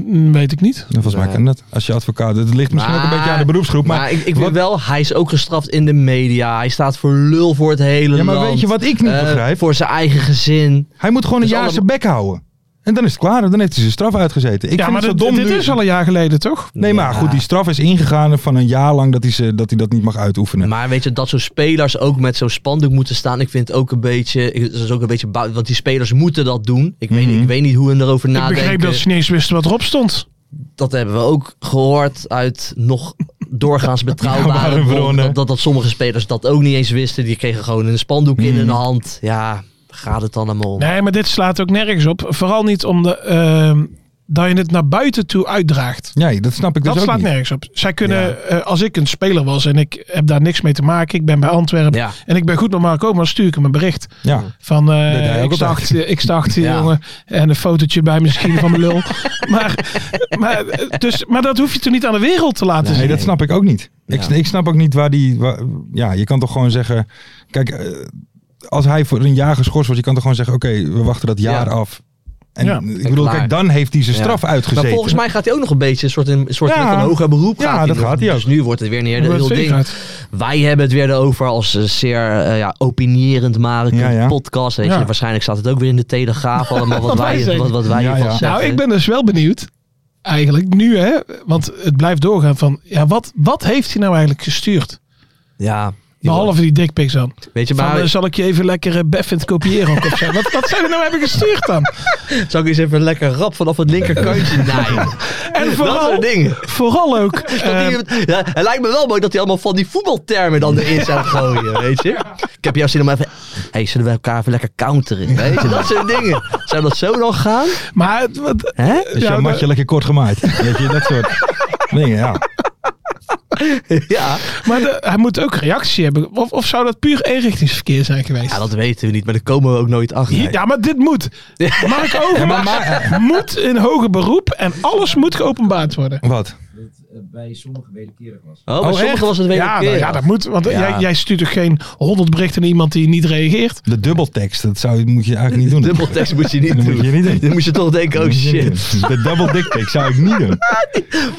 Speaker 5: Mm, Weet ik niet.
Speaker 4: Nou, Volgens mij kan dat. Als je advocaat... Het ligt misschien ook een
Speaker 2: Maar-
Speaker 4: beetje aan de beroepsgroep. Maar,
Speaker 2: Maar, ik, ik
Speaker 4: wat-
Speaker 2: weet wel, hij is ook gestraft in de media. Hij staat voor lul voor het hele
Speaker 4: Ja, maar
Speaker 2: land.
Speaker 4: weet je wat ik niet
Speaker 2: Eh,
Speaker 4: begrijp?
Speaker 2: Voor zijn eigen gezin.
Speaker 4: Hij moet gewoon een
Speaker 2: Het is
Speaker 4: jaar zijn bek houden. En dan is het klaar. Dan heeft hij zijn straf uitgezeten. Ik vind
Speaker 5: ja, maar
Speaker 4: het
Speaker 5: dit,
Speaker 4: zo dom
Speaker 5: dit
Speaker 4: nu.
Speaker 5: is al een jaar geleden, toch?
Speaker 4: Nee, maar
Speaker 2: Ja.
Speaker 4: goed, die straf is ingegaan van een jaar lang dat hij, ze, dat, hij dat niet mag uitoefenen.
Speaker 2: Maar weet je, dat zo'n spelers ook met zo'n spandoek moeten staan. Ik vind het ook een beetje. ik- Dat is ook een beetje. bou- Want die spelers moeten dat doen. Ik, weet,
Speaker 4: Mhm.
Speaker 2: niet, ik weet niet hoe hun erover
Speaker 5: Ik
Speaker 2: nadenken.
Speaker 5: begreep dat ze niet eens wisten wat erop stond.
Speaker 2: Dat hebben we ook gehoord uit nog
Speaker 4: (laughs)
Speaker 2: doorgaans
Speaker 4: Betrouwbare
Speaker 2: betrouwbare bronnen.
Speaker 4: bronnen.
Speaker 2: Dat, dat, dat sommige spelers dat ook niet eens wisten. Die kregen gewoon een spandoek in
Speaker 4: Mhm.
Speaker 2: hun hand. Ja, gaat het dan allemaal om?
Speaker 5: Nee, maar dit slaat ook nergens op. Vooral niet om de, ehm, dat je het naar buiten toe uitdraagt.
Speaker 4: Nee, dat snap ik dus
Speaker 5: Dat
Speaker 4: ook
Speaker 5: slaat
Speaker 4: niet.
Speaker 5: nergens op. Zij kunnen,
Speaker 2: Ja.
Speaker 5: eh, als ik een speler was en ik heb daar niks mee te maken, ik ben bij Antwerpen
Speaker 2: Ja.
Speaker 5: en ik ben goed met Marco, maar stuur ik hem een bericht
Speaker 4: Ja.
Speaker 5: van eh,
Speaker 4: deed hij ook
Speaker 5: ik, sta
Speaker 4: altijd.
Speaker 5: achter, ik
Speaker 4: (laughs)
Speaker 5: sta achter je,
Speaker 2: Ja.
Speaker 5: jongen en een fotootje bij misschien van mijn lul. maar, maar, dus, maar dat hoef je toch niet aan de wereld te laten
Speaker 4: Nee,
Speaker 5: zien.
Speaker 4: dat snap ik ook niet. Ik,
Speaker 2: Ja.
Speaker 4: ik snap ook niet waar die... waar- ja, je kan toch gewoon zeggen... Kijk, eh, als hij voor een jaar geschorst was, je kan toch gewoon zeggen... Oké, we wachten dat jaar
Speaker 2: Ja.
Speaker 4: af. En
Speaker 5: Ja.
Speaker 4: ik bedoel,
Speaker 2: Klaar.
Speaker 4: kijk, dan heeft hij zijn
Speaker 2: Ja.
Speaker 4: straf uitgezeten.
Speaker 2: Maar volgens mij gaat hij ook nog een beetje een soort, een soort
Speaker 4: Ja.
Speaker 2: met een hoger beroep.
Speaker 4: Ja, dat
Speaker 2: nog.
Speaker 4: gaat hij ook.
Speaker 2: Dus nu wordt het weer een
Speaker 5: Maar
Speaker 2: hele- heel
Speaker 5: dat
Speaker 2: ding.
Speaker 5: zeker uit.
Speaker 2: Wij hebben het weer erover als eh, zeer eh, ja, opinierend maar een
Speaker 4: Ja, ja.
Speaker 2: podcast. Weet je,
Speaker 5: Ja.
Speaker 2: Waarschijnlijk staat het ook weer in de Telegraaf
Speaker 4: (laughs)
Speaker 2: allemaal wat,
Speaker 5: Wat wij
Speaker 2: wij,
Speaker 5: zeggen.
Speaker 2: wat, wat wij
Speaker 4: Ja,
Speaker 2: hiervan
Speaker 4: ja.
Speaker 2: zeggen.
Speaker 5: Nou, ik ben dus wel benieuwd. Eigenlijk nu, hè? Want het blijft doorgaan van, ja, wat, wat heeft hij nou eigenlijk gestuurd?
Speaker 2: Ja,
Speaker 5: Behalve die dickpics dan.
Speaker 2: Weet je,
Speaker 5: Van,
Speaker 2: maar
Speaker 5: eh, zal ik je even lekker eh, Beffend kopiëren ook of zo? Wat, wat zijn we nou hebben gestuurd dan?
Speaker 2: (laughs) zal ik eens even lekker rap vanaf het
Speaker 5: (laughs)
Speaker 2: linkerkantje naaien?
Speaker 5: En
Speaker 2: Dat
Speaker 5: vooral,
Speaker 2: soort
Speaker 5: (laughs)
Speaker 2: dingen.
Speaker 5: vooral ook... eh,
Speaker 2: Dat die- ja, het lijkt me wel mooi dat hij allemaal van die voetbaltermen dan erin
Speaker 5: (laughs)
Speaker 2: zou gooien, weet je. Ik heb jou zin om even... hey, zullen we elkaar even lekker
Speaker 5: (laughs)
Speaker 2: counteren, weet je. Dat soort dingen. Zou dat zo dan gaan?
Speaker 5: maar het- wat, (laughs)
Speaker 2: Hè?
Speaker 4: Dus jouw
Speaker 5: Ja,
Speaker 4: matje
Speaker 5: dat-
Speaker 4: lekker kort
Speaker 5: (laughs)
Speaker 4: gemaaid. Weet je, dat soort dingen, ja.
Speaker 2: Ja.
Speaker 5: maar de- hij moet ook reactie hebben. Of, of zou dat puur eenrichtingsverkeer zijn geweest?
Speaker 2: ja, dat weten we niet, maar daar komen we ook nooit achter.
Speaker 5: Hier- ja, maar dit moet. Mark Overmars (laughs) moet in hoger beroep en alles moet geopenbaard worden.
Speaker 4: Wat?
Speaker 6: Dat eh, bij sommige wederkerig was.
Speaker 2: Oh, bij
Speaker 4: Oh,
Speaker 2: sommigen
Speaker 4: echt?
Speaker 2: was het weer
Speaker 5: Ja,
Speaker 2: een
Speaker 5: nou
Speaker 2: keer.
Speaker 5: ja,
Speaker 2: (laughs)
Speaker 5: dat moet. Want
Speaker 2: Ja.
Speaker 5: jij, jij stuurt toch geen 100 berichten naar iemand die niet reageert?
Speaker 4: De dubbeltekst, dat zou, moet je eigenlijk niet doen.
Speaker 2: Dubbeltekst moet je niet
Speaker 4: Dat
Speaker 2: doen.
Speaker 4: moet je
Speaker 2: (laughs)
Speaker 4: niet doen.
Speaker 2: Dan moet je toch denken, oh shit.
Speaker 4: (laughs) De double dick pic zou ik niet doen.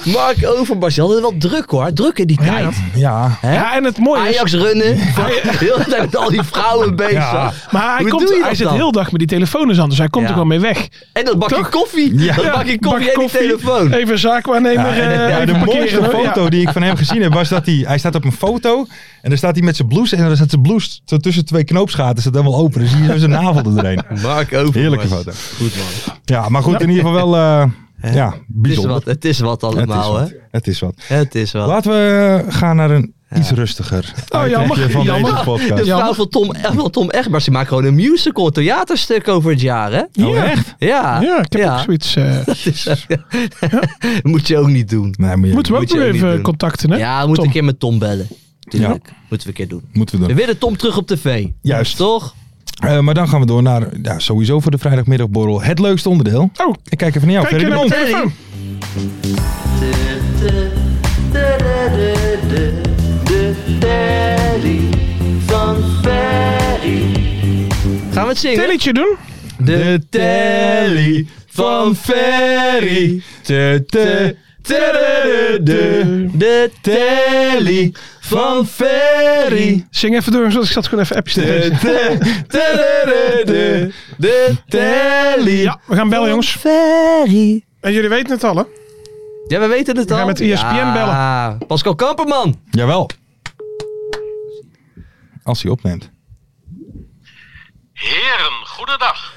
Speaker 2: Mark Overmars, die hadden wel druk hoor. Druk in die
Speaker 5: Oh,
Speaker 2: tijd.
Speaker 4: Ja.
Speaker 2: Hè?
Speaker 5: Ja, en het mooie is...
Speaker 2: Ajax runnen. Heel de tijd met al die vrouwen bezig.
Speaker 4: Ja.
Speaker 5: Maar hij,
Speaker 2: Hoe
Speaker 5: komt,
Speaker 2: doe je
Speaker 5: hij
Speaker 2: dat
Speaker 5: zit
Speaker 2: dan?
Speaker 5: heel dag met die telefoon dus anders. Hij komt
Speaker 2: Ja.
Speaker 5: er gewoon mee weg.
Speaker 2: En dat bakje
Speaker 5: Toch?
Speaker 2: koffie.
Speaker 4: Ja.
Speaker 2: Dat bakje koffie en die telefoon.
Speaker 5: Even een zaakwaarnemer.
Speaker 4: Ja, en-
Speaker 5: eh,
Speaker 4: ja,
Speaker 5: even
Speaker 4: de
Speaker 5: parkeren,
Speaker 4: mooiste
Speaker 5: hoor.
Speaker 4: foto
Speaker 2: Oh,
Speaker 5: Ja.
Speaker 4: die ik van hem gezien heb, was dat hij... Hij staat op een foto en dan staat hij met zijn blouse... en dan staat zijn blouse zo tussen twee knoopsgaten, staat helemaal open. Dus hier is zijn
Speaker 2: (laughs)
Speaker 4: navel erheen.
Speaker 2: Mark Overmars.
Speaker 4: Heerlijke foto.
Speaker 2: Goed man.
Speaker 4: Ja, maar goed, in ieder geval wel...
Speaker 2: (laughs)
Speaker 4: eh, ja,
Speaker 2: Het is
Speaker 4: bijzonder.
Speaker 2: wat, het is wat
Speaker 4: Het is
Speaker 2: allemaal hè.
Speaker 4: wat. Het is wat.
Speaker 2: Het is wat.
Speaker 4: Laten we eh, gaan naar een iets rustiger
Speaker 5: Oh, jammer,
Speaker 4: uitrekje van
Speaker 5: jammer.
Speaker 4: deze
Speaker 2: De
Speaker 4: podcast.
Speaker 2: vrouw van Tom, eh, van Tom Egbers, die maakt gewoon een musical, een theaterstuk over het jaar hè.
Speaker 4: Oh,
Speaker 5: Ja.
Speaker 4: echt?
Speaker 2: Ja.
Speaker 5: Ja, Ah, ik heb ook zoiets. eh,
Speaker 2: Moet je ook niet doen.
Speaker 4: Nee, maar ja,
Speaker 5: moeten we ook
Speaker 2: Moet je
Speaker 5: weer
Speaker 2: ook niet
Speaker 5: even
Speaker 2: doen.
Speaker 5: contacten, hè?
Speaker 2: Ja, we moeten
Speaker 5: Tom.
Speaker 2: een keer met Tom bellen. Tuurlijk. Moeten we een keer doen.
Speaker 4: moeten we
Speaker 2: We
Speaker 4: doen.
Speaker 2: willen Tom terug op tv.
Speaker 4: Juist.
Speaker 2: Toch?
Speaker 4: Eh, maar dan gaan we door naar ja, sowieso voor de vrijdagmiddagborrel het leukste onderdeel.
Speaker 5: Oh,
Speaker 4: Ik kijk even naar jou.
Speaker 5: kijk je
Speaker 4: Ferry,
Speaker 5: naar
Speaker 4: ben
Speaker 5: ons
Speaker 4: ik-
Speaker 5: telefoon.
Speaker 2: Gaan we het zingen?
Speaker 5: Telletje doen?
Speaker 2: De telly van Ferry. De, de, de, de, de, de telly van Ferry.
Speaker 5: Zing even door, zoals ik zat gewoon even appjes te
Speaker 2: De,
Speaker 5: lezen.
Speaker 2: de, de, de, de, de, de telly.
Speaker 5: Ja, we gaan bellen, jongens.
Speaker 2: Ferry.
Speaker 5: En jullie weten het al, hè?
Speaker 2: Ja, we weten het
Speaker 5: We
Speaker 2: al.
Speaker 5: gaan met E ESPN
Speaker 2: bellen. Pascal Kamperman.
Speaker 4: Jawel. Als hij opneemt.
Speaker 7: Heren, goedendag.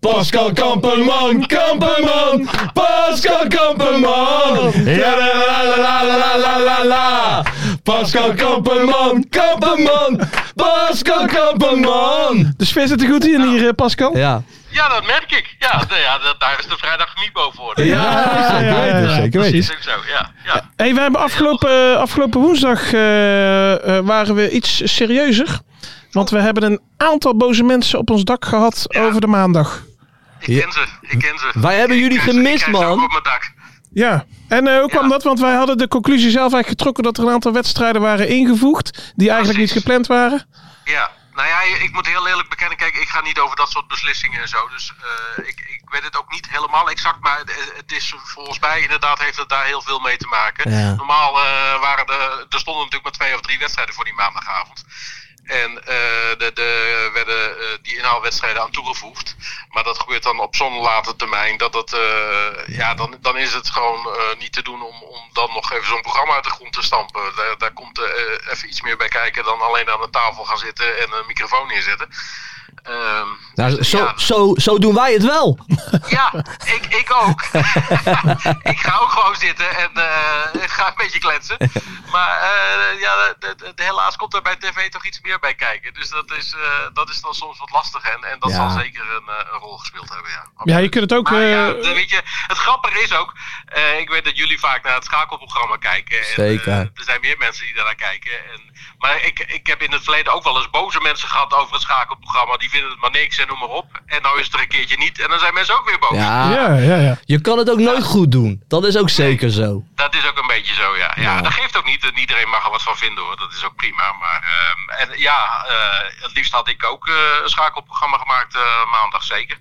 Speaker 2: Pascal Kamperman, Kamperman, Pascal Kamperman. Ja, la la la la la la la la. Pascal Kamperman, Kamperman, Pascal Kamperman.
Speaker 5: De sfeer zit er goed in hier, eh, Pascal.
Speaker 2: Ja.
Speaker 7: Ja, dat merk ik. Ja, d- ja dat, daar is de vrijdag Mibo voor.
Speaker 2: Ja,
Speaker 5: Ah, ja, ja, ja,
Speaker 4: zeker weten.
Speaker 7: Is ook zo, ja. ja.
Speaker 5: Hey, we hebben afgelopen, eh, afgelopen woensdag eh, eh, waren we iets serieuzer. Want we hebben een aantal boze mensen op ons dak gehad over de maandag.
Speaker 7: Ik ken ze, ik ken ze.
Speaker 2: Wij hebben jullie
Speaker 7: Ik ken ze,
Speaker 2: gemist,
Speaker 7: ik ken ze
Speaker 2: man.
Speaker 7: ook op mijn dak.
Speaker 5: Ja, en eh, hoe kwam
Speaker 7: Ja.
Speaker 5: dat? Want wij hadden de conclusie zelf eigenlijk getrokken dat er een aantal wedstrijden waren ingevoegd. Die eigenlijk niet
Speaker 7: Precies.
Speaker 5: gepland waren.
Speaker 7: Ja. Nou ja, ik moet heel eerlijk bekennen, kijk, ik ga niet over dat soort beslissingen en zo. Dus eh, ik, ik weet het ook niet helemaal exact, maar het, het is volgens mij inderdaad heeft het daar heel veel mee te maken.
Speaker 2: Ja.
Speaker 7: Normaal eh, waren de, er stonden natuurlijk maar twee of drie wedstrijden voor die maandagavond. En eh de, de werden eh, die inhaalwedstrijden aan toegevoegd. Maar dat gebeurt dan op zo'n late termijn. Dat dat, eh, ja, dan, dan is het gewoon eh, niet te doen om, om dan nog even zo'n programma uit de grond te stampen. Daar, daar komt eh, eh, even iets meer bij kijken dan alleen aan de tafel gaan zitten en een microfoon neerzetten. Ehm,
Speaker 2: Nou,
Speaker 7: dus,
Speaker 2: zo,
Speaker 7: ja,
Speaker 2: zo, zo doen wij het wel.
Speaker 7: ja, ik, ik ook. (laughs) ik ga ook gewoon zitten en eh, ga een beetje kletsen. Maar eh, ja, de- de- de- helaas komt er bij tv toch iets meer bij kijken. Dus dat is, eh, dat is dan soms wat lastig. En, en dat
Speaker 2: Ja.
Speaker 7: zal zeker een, eh, een rol gespeeld hebben. Ja,
Speaker 5: Ja, je
Speaker 7: Absoluut.
Speaker 5: kunt het ook...
Speaker 7: Maar Ah, ja,
Speaker 5: eh,
Speaker 7: de- weet je, het grappige is ook, eh, ik weet dat jullie vaak naar het schakelprogramma kijken. En,
Speaker 2: Zeker.
Speaker 7: eh, er zijn meer mensen die daarnaar kijken. En, maar ik, ik heb in het verleden ook wel eens boze mensen gehad over het schakelprogramma. Die vinden het maar niks en noem maar op. En nou is het er een keertje niet en dan zijn mensen ook weer boos.
Speaker 2: Ja,
Speaker 5: ja, ja, ja.
Speaker 2: je kan het ook nooit goed doen. Dat is ook zeker zo.
Speaker 7: Dat is ook een beetje zo, ja. ja. Dat geeft ook niet. En iedereen mag er wat van vinden hoor. Dat is ook prima. Maar ehm, en, ja, eh, het liefst had ik ook eh, een schakelprogramma gemaakt eh, maandag zeker.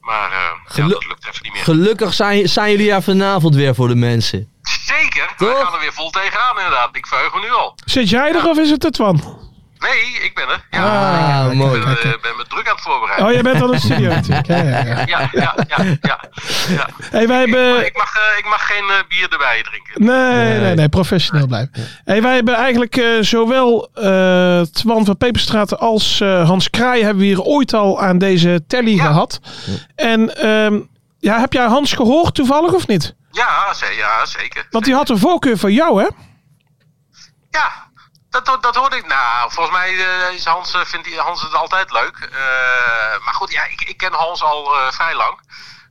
Speaker 7: Maar eh, ja,
Speaker 2: Gelu-
Speaker 7: dat lukt even niet meer.
Speaker 2: Gelukkig zijn, zijn jullie er vanavond weer voor de mensen.
Speaker 7: Zeker, we
Speaker 2: Toch?
Speaker 7: gaan er weer vol tegenaan inderdaad. Ik verheug me nu al.
Speaker 5: Zit jij er of is het het Twan?
Speaker 7: Nee, ik ben er. Ja,
Speaker 2: Ah,
Speaker 7: ik
Speaker 2: mooi.
Speaker 7: ben, eh, ben me druk aan het voorbereiden.
Speaker 5: Oh, jij bent al in de
Speaker 7: (laughs)
Speaker 5: studio natuurlijk. Ja, ja, ja.
Speaker 7: Ja, ja, ja, ja.
Speaker 5: (laughs)
Speaker 7: ja.
Speaker 5: Hey, wij
Speaker 7: Ik,
Speaker 5: hebben...
Speaker 7: ik mag, eh, ik mag geen eh, bier erbij drinken.
Speaker 5: Nee, nee, nee, professioneel blijven. Hey, wij hebben eigenlijk eh, zowel eh, Twan van Peperstraat als eh, Hans Kraai hebben we hier ooit al aan deze telly
Speaker 7: Ja.
Speaker 5: gehad. En ehm, ja, heb jij Hans gehoord toevallig of niet?
Speaker 7: Ja, ze- ja zeker.
Speaker 5: Want die had
Speaker 7: Zeker.
Speaker 5: een voorkeur voor jou, hè?
Speaker 7: Ja, dat, ho- dat hoorde ik. Nou, volgens mij eh, is Hans, eh, vindt hij- Hans het altijd leuk. Eh, maar goed, ja, ik, ik ken Hans al eh, vrij lang.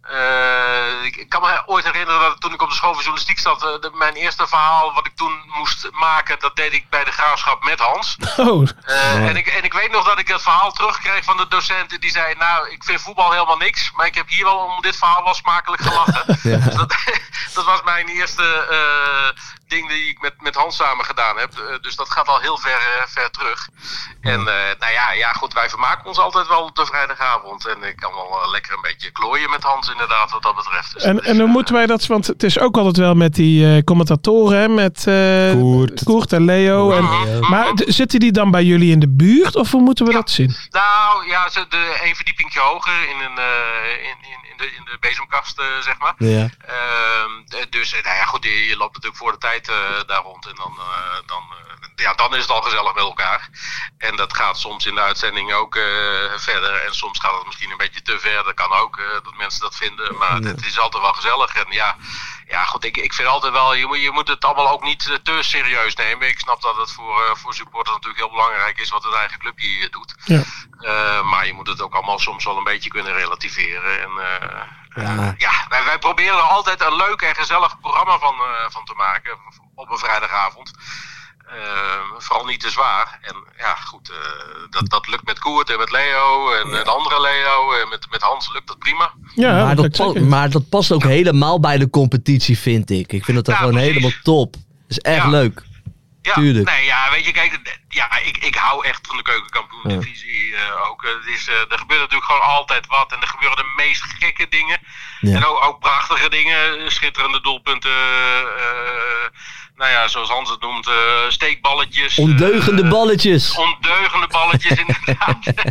Speaker 7: Eh, ik, ik kan me he- ooit herinneren dat toen ik op de school van journalistiek zat, eh, dat mijn eerste verhaal wat ik toen moest maken, dat deed ik bij de graafschap met Hans.
Speaker 5: Oh,
Speaker 7: Eh, en, ik, en ik weet nog dat ik dat verhaal terugkreeg van de docenten. Die zei, nou, ik vind voetbal helemaal niks. Maar ik heb hier wel om dit verhaal wel smakelijk gelachen. Dus dat, (laughs) dat was mijn eerste eh, ding die ik met, met Hans samen gedaan heb. Eh, dus dat gaat al heel ver, eh, ver terug. En eh, nou ja, ja, goed, wij vermaken ons altijd wel op de vrijdagavond. En ik kan wel eh, lekker een beetje klooien met Hans inderdaad, wat dat betreft. Dus
Speaker 5: en,
Speaker 7: dat is,
Speaker 5: en dan
Speaker 7: eh,
Speaker 5: moeten wij dat, want het is ook altijd wel met die eh, commentatoren, hè, met eh,
Speaker 4: Koert.
Speaker 5: Koert en Leo. En,
Speaker 7: Leo.
Speaker 5: maar d- zitten die dan bij jullie in de buurt of hoe moeten we dat zien?
Speaker 7: Nou ja, ze, de, een verdiepingje hoger in, een, eh, in, in, in, de, in de bezemkast, eh, zeg maar.
Speaker 2: Ja.
Speaker 7: Ehm, eh, dus eh, nou ja, goed, je, je loopt natuurlijk voor de tijd eh, daar rond. En dan, eh, dan, eh, ja, dan is het al gezellig met elkaar. En dat gaat soms in de uitzending ook eh, verder. En soms gaat het misschien een beetje te ver. Dat kan ook, eh, dat mensen dat vinden. Maar het is altijd wel gezellig. En ja, ja goed, ik, ik vind altijd wel, je moet, je moet het allemaal ook niet eh, te serieus nemen. Ik snap dat het voor, eh, voor supporters natuurlijk heel belangrijk is wat hun eigen clubje hier doet.
Speaker 5: Ja.
Speaker 7: Eh, maar je moet het ook allemaal soms wel een beetje kunnen relativeren. En, eh,
Speaker 2: Ja.
Speaker 7: ja, wij, wij proberen er altijd een leuk en gezellig programma van, eh, van te maken op een vrijdagavond. Eh, vooral niet te zwaar. En ja, goed, eh, dat, dat lukt met Koert en met Leo en met andere Leo en met, met Hans lukt dat prima.
Speaker 5: Ja,
Speaker 2: Maar dat,
Speaker 5: lukt
Speaker 2: pa-
Speaker 5: zeker.
Speaker 2: maar dat past ook helemaal bij de competitie, vind ik. Ik vind dat er
Speaker 7: Ja,
Speaker 2: gewoon
Speaker 7: precies.
Speaker 2: helemaal top. Dat is echt
Speaker 7: Ja.
Speaker 2: leuk.
Speaker 7: Ja,
Speaker 2: Tuurlijk.
Speaker 7: nee, ja, weet je, kijk, d- ja, ik, ik hou echt van de keukenkampioen-divisie eh, ook. Eh, Het is, eh, er gebeurt natuurlijk gewoon altijd wat en er gebeuren de meest gekke dingen.
Speaker 2: Ja.
Speaker 7: En ook, ook prachtige dingen, eh, schitterende doelpunten, eh, nou ja, zoals Hans het noemt, eh, steekballetjes.
Speaker 2: Ondeugende
Speaker 7: eh,
Speaker 2: balletjes.
Speaker 7: Ondeugende balletjes, inderdaad. (laughs)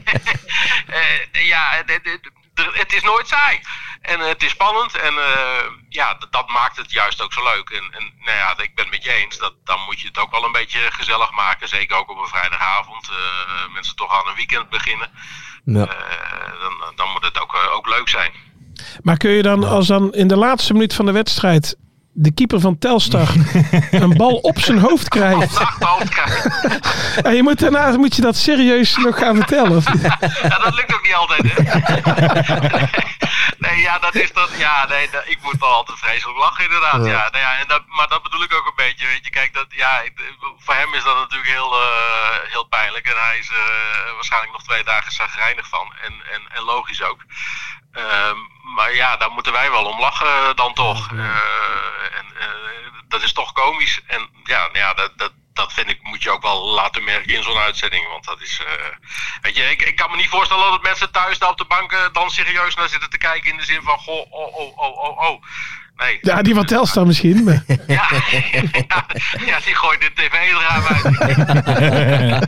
Speaker 7: Eh, ja, d- d- d- het is nooit saai. En eh, het is spannend. En eh, ja, d- dat maakt het juist ook zo leuk. En, en nou ja, ik ben het met je eens. Dat, dan moet je het ook wel een beetje gezellig maken. Zeker ook op een vrijdagavond. eh, mensen toch aan een weekend beginnen.
Speaker 2: Ja.
Speaker 7: Eh, dan, dan moet het ook, eh, ook leuk zijn.
Speaker 5: Maar kun je dan, als dan in de laatste minuut van de wedstrijd de keeper van
Speaker 2: (laughs)
Speaker 5: Telstar een bal op zijn hoofd krijgt.
Speaker 7: Nachthoofd krijgen.
Speaker 5: En je moet daarna moet je dat serieus nog gaan vertellen. of niet?
Speaker 7: Ja, dat lukt ook niet altijd, hè? nee, ja, dat is dat. Ja, nee, dat- ik moet wel altijd vreselijk lachen, inderdaad. Ja. nou ja, en dat, maar dat bedoel ik ook een beetje. Weet je, kijk, dat, ja, ik- voor hem is dat natuurlijk heel, eh, heel pijnlijk. En hij is eh, waarschijnlijk nog twee dagen zagrijnig van. En, en, en logisch ook. Ehm, maar ja, daar moeten wij wel om lachen dan toch. Eh, en, eh, dat is toch komisch. En ja, nou ja dat, dat, dat dat vind ik, moet je ook wel laten merken in zo'n uitzending. Want dat is. eh, weet je, ik, ik kan me niet voorstellen dat mensen thuis daar op de bank eh, dan serieus naar zitten te kijken. In de zin van: goh, oh, oh, oh, oh, oh. Nee.
Speaker 5: Ja, die van Telstar misschien. Maar
Speaker 7: Ja, (laughs) ja, ja, die gooit de tv-raam uit. ja,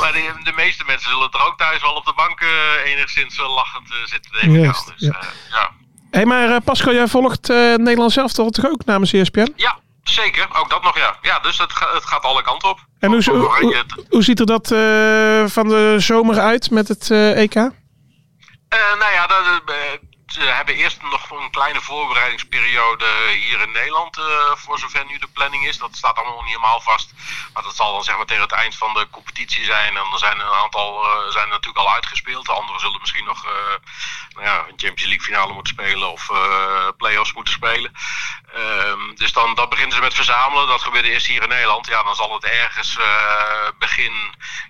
Speaker 7: maar die- de meeste mensen zullen er ook thuis wel op de bank eh, enigszins eh, lachend eh, zitten. Denk ik
Speaker 5: Juist,
Speaker 7: aan. Dus,
Speaker 5: ja.
Speaker 7: eh, ja.
Speaker 5: hey, maar eh, Pascal, jij volgt eh Nederland zelf toch ook namens E ESPN?
Speaker 7: ja, zeker. Ook dat nog, ja. Ja, dus het, ga- het gaat alle kanten op.
Speaker 5: En hoe,
Speaker 7: Ook voor
Speaker 5: hoe,
Speaker 7: Oranje.
Speaker 5: hoe, hoe ziet er dat eh, van de zomer uit met het eh, EK?
Speaker 7: Eh, nou ja, dat, eh, ze hebben eerst nog een kleine voorbereidingsperiode hier in Nederland. eh, voor zover nu de planning is. Dat staat allemaal nog niet helemaal vast. Maar dat zal dan zeg maar tegen het eind van de competitie zijn. En er zijn een aantal eh, zijn natuurlijk al uitgespeeld. De anderen zullen misschien nog eh, nou ja, een Champions League finale moeten spelen. Of eh play-offs moeten spelen. Ehm, dus dan dat beginnen ze met verzamelen. Dat gebeurde eerst hier in Nederland. Ja, dan zal het ergens eh, begin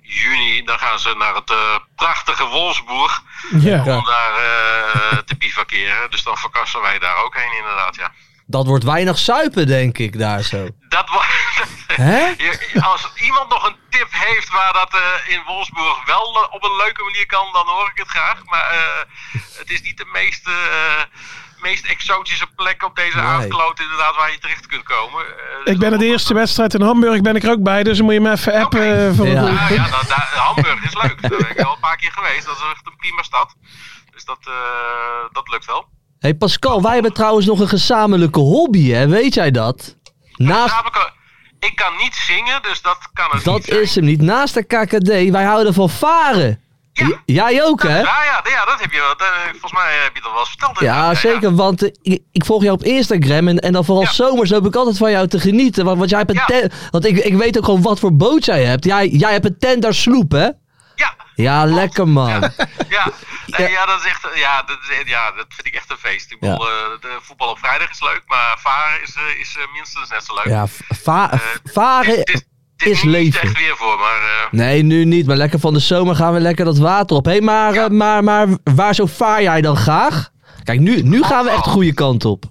Speaker 7: juni. Dan gaan ze naar het eh, prachtige Wolfsburg
Speaker 5: Ja.
Speaker 7: om daar eh, te bivakeren. Dus dan verkassen wij daar ook heen, inderdaad. Ja.
Speaker 2: Dat wordt weinig suipen, denk ik, daar zo.
Speaker 7: Dat wa- (laughs)
Speaker 2: Hè?
Speaker 7: Je- Als iemand nog een tip heeft waar dat eh, in Wolfsburg wel eh, op een leuke manier kan, dan hoor ik het graag. Maar eh, het is niet de meest, eh, meest exotische plek op deze
Speaker 2: Nee.
Speaker 7: aardkloot, inderdaad, waar je terecht kunt komen. Eh, dus
Speaker 5: Ik ben
Speaker 7: dat-
Speaker 5: de eerste wedstrijd in Hamburg, ben ik er ook bij, dus dan moet je me even appen.
Speaker 7: Oké.
Speaker 5: eh, voor
Speaker 2: Ja.
Speaker 7: Ja, ja dat, dat- Hamburg is leuk. Daar ben ik al een paar keer geweest. Dat is echt een prima stad. Dus dat, eh, dat lukt wel.
Speaker 2: hey Pascal, wij hebben trouwens nog een gezamenlijke hobby, hè? Weet jij dat? Naast,
Speaker 7: Namelijk, eh, ik kan niet zingen, dus dat kan het niet
Speaker 2: dat
Speaker 7: zijn.
Speaker 2: is hem niet. Naast de KKD, wij houden van varen.
Speaker 7: Ja.
Speaker 2: J- Jij ook, hè?
Speaker 7: Ja, ja, ja, dat heb je wel. dat, eh, volgens mij heb je dat wel eens verteld.
Speaker 2: Ja,
Speaker 7: inderdaad.
Speaker 2: zeker, want eh, ik, ik volg jou op Instagram en, en dan vooral
Speaker 7: Ja.
Speaker 2: zomers loop ik altijd van jou te genieten. Want, want, jij hebt een
Speaker 7: Ja.
Speaker 2: tent, want ik, ik weet ook gewoon wat voor boot jij hebt. Jij, jij hebt een tent daar sloep, hè?
Speaker 7: Ja,
Speaker 2: Ja, lekker man. (laughs)
Speaker 7: ja.
Speaker 2: Ja.
Speaker 7: Nee, ja, dat is echt, ja, dat, is- ja, dat vind ik echt een feest. Ik
Speaker 2: Ja.
Speaker 7: bedoel, eh, de voetbal op vrijdag is leuk, maar varen is, eh, is eh, minstens net zo leuk.
Speaker 2: Ja, v- va-
Speaker 7: Eh,
Speaker 2: varen...
Speaker 7: dit, dit, dit
Speaker 2: is
Speaker 7: nu niet
Speaker 2: leven.
Speaker 7: echt weer voor, maar... eh,
Speaker 2: Nee, nu niet. Maar lekker van de zomer gaan we lekker dat water op. Hé, maar, eh, maar, maar waar zo vaar jij dan graag? Kijk, nu, nu gaan we echt
Speaker 7: Oh.
Speaker 2: de goede kant op.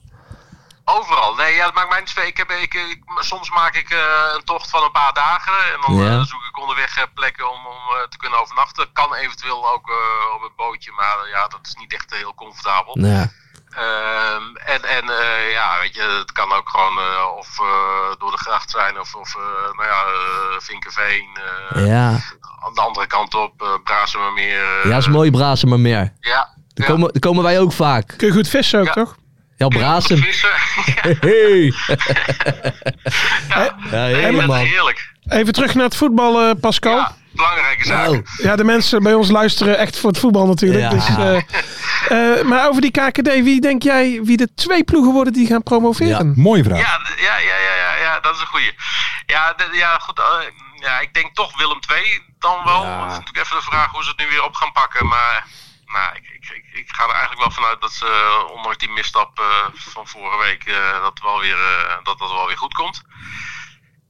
Speaker 7: Overal. Nee, ja, dat maakt mij niet veel. Ik heb, ik, ik- soms maak ik eh, een tocht van een paar dagen. En dan
Speaker 2: Ja.
Speaker 7: eh, zoek ik onderweg eh, plekken om, om eh, te kunnen overnachten. Kan eventueel ook eh, op een bootje, maar eh, ja, dat is niet echt eh, heel comfortabel.
Speaker 2: Ja.
Speaker 7: Ehm, en en eh, ja, weet je, het kan ook gewoon eh, of eh, door de gracht zijn of, of eh, nou ja, eh, Vinkenveen. eh,
Speaker 2: Ja.
Speaker 7: Aan de andere kant op, eh Brazemermeer. eh,
Speaker 2: ja, is mooi Brazen maar meer.
Speaker 7: Ja.
Speaker 2: Daar
Speaker 7: ja.
Speaker 2: komen, daar komen wij ook vaak.
Speaker 5: Kun je goed vissen ook,
Speaker 7: Ja.
Speaker 5: toch?
Speaker 2: Ja,
Speaker 7: Vissen.
Speaker 2: Brazen.
Speaker 7: (laughs) ja,
Speaker 2: Hey.
Speaker 7: ja.
Speaker 2: Ja,
Speaker 7: Nee,
Speaker 2: helemaal.
Speaker 7: dat is heerlijk.
Speaker 5: Even terug naar het voetbal, eh, Pascal.
Speaker 7: Ja, belangrijke zaak.
Speaker 2: Nou,
Speaker 5: Ja, de mensen bij ons luisteren echt voor het voetbal natuurlijk.
Speaker 2: Ja.
Speaker 5: Dus, eh, eh, maar over die KKD, wie denk jij wie de twee ploegen worden die gaan promoveren?
Speaker 4: Mooie vraag.
Speaker 7: Ja, d- ja, ja, ja, ja, ja, dat is een goeie. Ja, d- ja goed. eh, ja, ik denk toch Willem II dan wel. Het is natuurlijk even de vraag hoe ze het nu weer op gaan pakken. Maar nou, ik, ik, ik, ik ga er eigenlijk wel vanuit dat ze, eh, ondanks die misstap eh, van vorige week, eh, dat, wel weer, eh, dat dat wel weer goed komt.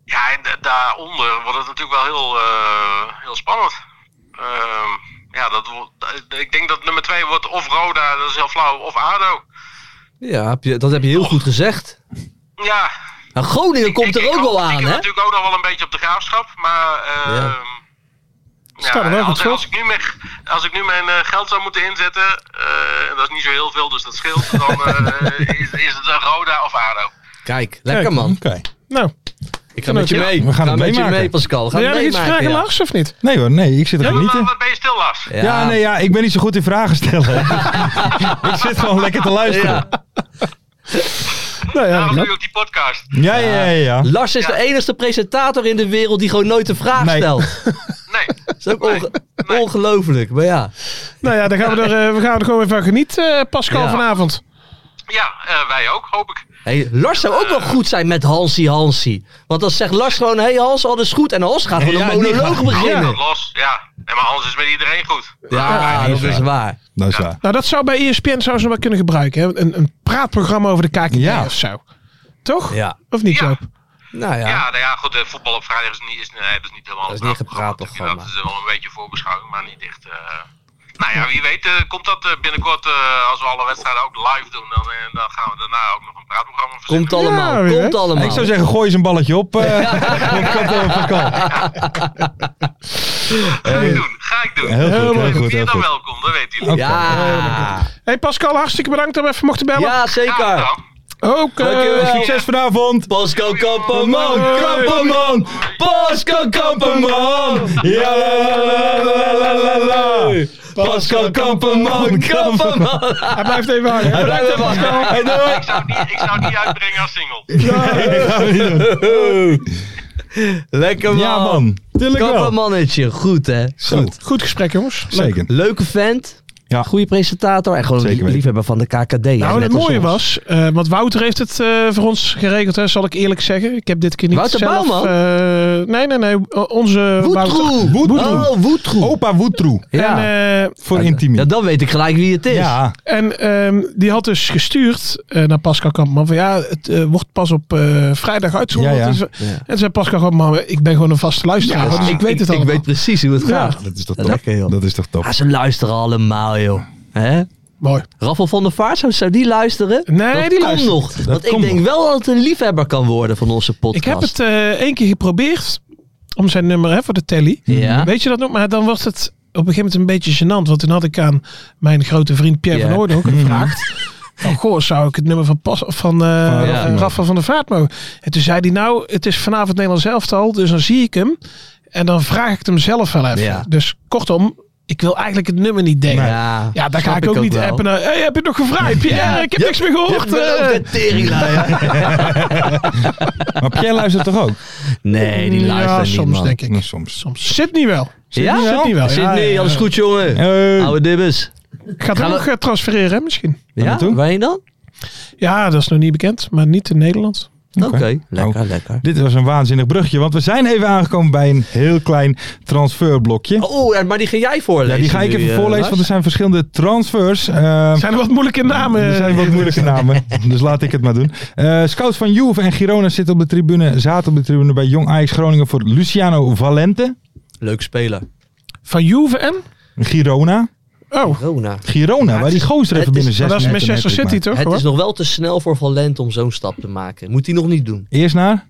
Speaker 7: Ja, en da- daaronder wordt het natuurlijk wel heel, eh, heel spannend. Ehm, ja, dat, wo- d- ik denk dat nummer 2 wordt of Roda, dat is heel flauw, of ADO.
Speaker 2: ja heb je, dat heb je heel goed gezegd.
Speaker 7: Ja,
Speaker 2: Nou, Groningen komt
Speaker 7: Ik- ik
Speaker 2: er ook
Speaker 7: hoop-
Speaker 2: wel aan,
Speaker 7: Ik
Speaker 2: hè?
Speaker 7: heb natuurlijk ook nog wel een beetje op de graafschap, maar... ehm,
Speaker 2: Ja.
Speaker 7: ja,
Speaker 5: Staat er wel goed
Speaker 7: als,
Speaker 5: voor.
Speaker 7: als, ik nu mijn, als ik nu mijn eh, geld zou moeten inzetten, eh, en dat is niet zo heel veel, dus dat
Speaker 5: (laughs)
Speaker 7: scheelt, dan eh, is, is het een Roda of ADO.
Speaker 2: Kijk, lekker man.
Speaker 4: Oké.
Speaker 5: Nou,
Speaker 2: Ik ga met je
Speaker 5: Ja,
Speaker 2: mee.
Speaker 4: we gaan
Speaker 2: Ik
Speaker 4: het
Speaker 2: met je
Speaker 4: meemaken.
Speaker 2: mee, Pascal. Ga
Speaker 5: wil jij nog iets vragen,
Speaker 2: meemaken, ja.
Speaker 5: Lars, of niet?
Speaker 4: Nee hoor, nee, ik zit er
Speaker 7: Maar
Speaker 4: genieten.
Speaker 7: Wat ben je stil, Lars?
Speaker 4: Ja. nee, ja, ik ben niet zo goed in vragen stellen. (laughs) ik zit gewoon lekker te luisteren.
Speaker 5: Nou ja,
Speaker 7: Daarom doe
Speaker 5: dat-
Speaker 7: je ook die podcast.
Speaker 4: Ja, ja, ja. ja.
Speaker 2: Lars is
Speaker 7: Ja.
Speaker 2: de enige presentator in de wereld die gewoon nooit een vraag
Speaker 4: Nee.
Speaker 2: stelt.
Speaker 7: Nee,
Speaker 2: Dat is ook onge- ongelooflijk. Maar ja.
Speaker 5: nou ja, dan gaan we er, eh, we gaan er gewoon even van genieten, eh, Pascal,
Speaker 2: Ja.
Speaker 5: vanavond.
Speaker 7: ja, eh, wij ook, hoop ik.
Speaker 2: Hey, Lars zou ook wel goed zijn met Hansi Hansi. Want dan zegt Lars gewoon, hey Hans, alles goed. En Hans gaat gewoon
Speaker 4: Ja,
Speaker 2: een
Speaker 4: nee,
Speaker 2: monoloog
Speaker 4: maar-
Speaker 7: Hou
Speaker 2: beginnen.
Speaker 7: dat los, ja. Nee, maar anders is met iedereen goed.
Speaker 2: Ja, dat is waar.
Speaker 4: Dat is waar.
Speaker 5: Nou, dat zou bij ESPN zou ze nog wel kunnen gebruiken. Hè? Een, een praatprogramma over de KKD
Speaker 4: Ja.
Speaker 5: of zo. Toch?
Speaker 2: Ja.
Speaker 5: Of niet,
Speaker 7: Ja.
Speaker 5: Joop?
Speaker 2: Nou
Speaker 7: Ja,
Speaker 2: ja.
Speaker 7: nou ja, goed, eh, voetbal op vrijdag is niet, is, nee, dat is niet helemaal
Speaker 2: Dat is
Speaker 7: een
Speaker 2: niet
Speaker 7: praatprogramma,
Speaker 2: gepraat, toch,
Speaker 7: natuurlijk. Dat is wel een beetje voorbeschouwing, maar niet echt... eh, Nou ja, wie weet eh, komt dat eh, binnenkort, eh, als we alle wedstrijden ook live doen, dan, eh, dan gaan we daarna ook nog een praatprogramma verzinnen.
Speaker 2: Komt allemaal,
Speaker 5: wie weet.
Speaker 2: komt allemaal.
Speaker 4: Ik zou zeggen, gooi eens een balletje op. eh want ik had er op kant.
Speaker 7: Ga ik doen, ga ik doen.
Speaker 4: Heel goed, heel goed,
Speaker 7: Wie
Speaker 4: heel
Speaker 7: dan
Speaker 4: goed.
Speaker 7: welkom, dat weten jullie.
Speaker 2: Ja,
Speaker 5: Hey Pascal, hartstikke bedankt dat we even mochten bellen.
Speaker 2: ja,
Speaker 7: Graag
Speaker 2: zeker.
Speaker 7: gedaan.
Speaker 5: Ook. eh,
Speaker 2: Dankjewel.
Speaker 4: Succes vanavond.
Speaker 2: Pascal
Speaker 4: Kamperman, Kamperman, Pascal Kamperman. Ja, la, la, la, la, la, la, la. Pascal Kamperman, Kamperman.
Speaker 5: Hij blijft even hangen. hè?
Speaker 2: Bedankt, hè, Pascal.
Speaker 4: Hey,
Speaker 7: Ik
Speaker 4: doei.
Speaker 7: zou het niet, ik zou het niet uitbrengen als single.
Speaker 2: Lekker man.
Speaker 4: Ja man, tuurlijk wel.
Speaker 2: Kappermannetje, goed hè.
Speaker 4: Goed,
Speaker 5: Goed gesprek, jongens.
Speaker 4: zeker.
Speaker 2: Leuke vent.
Speaker 4: Ja.
Speaker 2: Goede presentator en gewoon
Speaker 4: Zeker
Speaker 2: een
Speaker 4: weten.
Speaker 2: liefhebber van de KKD. hè,
Speaker 5: Nou,
Speaker 2: net
Speaker 5: het
Speaker 2: als
Speaker 5: mooie
Speaker 2: ons.
Speaker 5: was, eh, want Wouter heeft het eh, voor ons geregeld, hè, zal ik eerlijk zeggen. Ik heb dit keer niet
Speaker 2: Wouter
Speaker 5: zelf...
Speaker 2: Bouwman?
Speaker 5: eh, nee, nee, nee. o- Onze Wouter.
Speaker 2: Woetroe.
Speaker 4: Woetroe.
Speaker 2: Oh, Woetroe.
Speaker 4: Opa Woetroe,
Speaker 2: Ja.
Speaker 5: En, eh,
Speaker 4: voor intimi.
Speaker 2: ja, dan weet ik gelijk wie het is.
Speaker 4: Ja,
Speaker 5: en ehm, die had dus gestuurd eh, naar Pascal Kampman van ja, het eh, wordt pas op eh, vrijdag uitgezonden.
Speaker 4: Ja, ja.
Speaker 5: Dus, eh, En toen zei Pascal Kampman, ik ben gewoon een vaste luisteraar.
Speaker 2: Ja,
Speaker 5: dus ik weet het allemaal.
Speaker 2: Ik weet precies hoe het gaat.
Speaker 4: dat is toch
Speaker 2: Dat-
Speaker 4: top.
Speaker 2: Lekker, joh.
Speaker 4: Dat is toch top.
Speaker 2: Ah, ze luisteren allemaal, joh. Hè?
Speaker 5: Mooi.
Speaker 2: Raffel van der Vaart, zou, zou die luisteren?
Speaker 5: Nee,
Speaker 2: dat
Speaker 5: die
Speaker 2: kan
Speaker 5: luistert.
Speaker 2: nog.
Speaker 4: Dat
Speaker 2: Want ik
Speaker 4: kan
Speaker 2: denk wel dat het een liefhebber kan worden van onze
Speaker 5: Ik
Speaker 2: podcast.
Speaker 5: heb het eh, één keer geprobeerd om zijn nummer hè, voor de telly.
Speaker 2: Ja.
Speaker 5: Weet je dat nog? Maar dan wordt het op een gegeven moment een beetje gênant. Want toen had ik aan mijn grote vriend Pierre
Speaker 2: Ja. Hmm.
Speaker 5: van Oordonk
Speaker 2: (laughs)
Speaker 5: gevraagd. Van, goh, zou ik het nummer van, pas, van, eh
Speaker 2: Rafa.
Speaker 5: Rafa van der Vaart mogen? En toen zei hij nou, het is vanavond Nederlands elftal. Dus dan zie ik hem. En dan vraag ik het hem zelf wel even.
Speaker 2: Ja.
Speaker 5: Dus kortom, ik wil eigenlijk het nummer niet delen.
Speaker 2: Ja,
Speaker 5: Ja, daar ga
Speaker 2: snap
Speaker 5: ik ook niet
Speaker 2: wel.
Speaker 5: appen naar. Hey, heb je het nog gevraagd? Pierre, ik heb
Speaker 2: Ja.
Speaker 5: niks meer
Speaker 2: Je
Speaker 5: gehoord.
Speaker 2: bent ook
Speaker 5: eh.
Speaker 2: de teringlijn,
Speaker 5: (laughs)
Speaker 2: hè?
Speaker 4: Maar Pierre luistert toch ook?
Speaker 2: Nee, die luistert
Speaker 5: ja,
Speaker 2: niet,
Speaker 5: soms
Speaker 2: man.
Speaker 5: denk ik.
Speaker 4: Nou, soms.
Speaker 5: Soms. Sydney wel.
Speaker 2: Ja?
Speaker 5: Sydney wel.
Speaker 2: Zit
Speaker 5: Ja,
Speaker 2: nee,
Speaker 5: ja,
Speaker 2: alles
Speaker 5: ja.
Speaker 2: goed, jongen.
Speaker 4: Hey.
Speaker 2: Oude dibbes.
Speaker 5: Gaat ook
Speaker 2: Gaan we-
Speaker 5: nog eh, transfereren hè, misschien.
Speaker 2: Ja,
Speaker 4: naartoe?
Speaker 2: waarheen dan?
Speaker 5: Ja, dat is nog niet bekend, maar niet in Nederland.
Speaker 2: Oké, Oh.
Speaker 4: Nou,
Speaker 2: lekker, lekker.
Speaker 4: Dit was een waanzinnig brugje, want we zijn even aangekomen bij een heel klein transferblokje.
Speaker 2: Oh, maar die ga jij voorlezen.
Speaker 4: Ja, die ga ik
Speaker 2: nu,
Speaker 4: even
Speaker 2: eh,
Speaker 4: voorlezen, want er
Speaker 2: Lars.
Speaker 4: zijn verschillende transfers. Eh,
Speaker 5: Zijn er wat moeilijke namen?
Speaker 4: er zijn wat moeilijke namen, dus laat ik het maar doen. Eh scouts van Juve en Girona zitten op de tribune, zaten op de tribune bij Jong Ajax Groningen voor Luciano Valente.
Speaker 2: Leuk speler.
Speaker 5: Van Juve en?
Speaker 4: Girona.
Speaker 5: Oh,
Speaker 2: Rona.
Speaker 4: Girona, waar die gozer even
Speaker 2: het is-
Speaker 4: binnen zes
Speaker 5: maar dat is
Speaker 4: minuten
Speaker 5: Manchester
Speaker 4: een
Speaker 5: City
Speaker 4: hat-trick
Speaker 5: toch
Speaker 2: Het
Speaker 5: hoor?
Speaker 2: is nog wel te snel voor Van Lent om zo'n stap te maken. Moet hij nog niet doen.
Speaker 4: maakt. Eerst naar?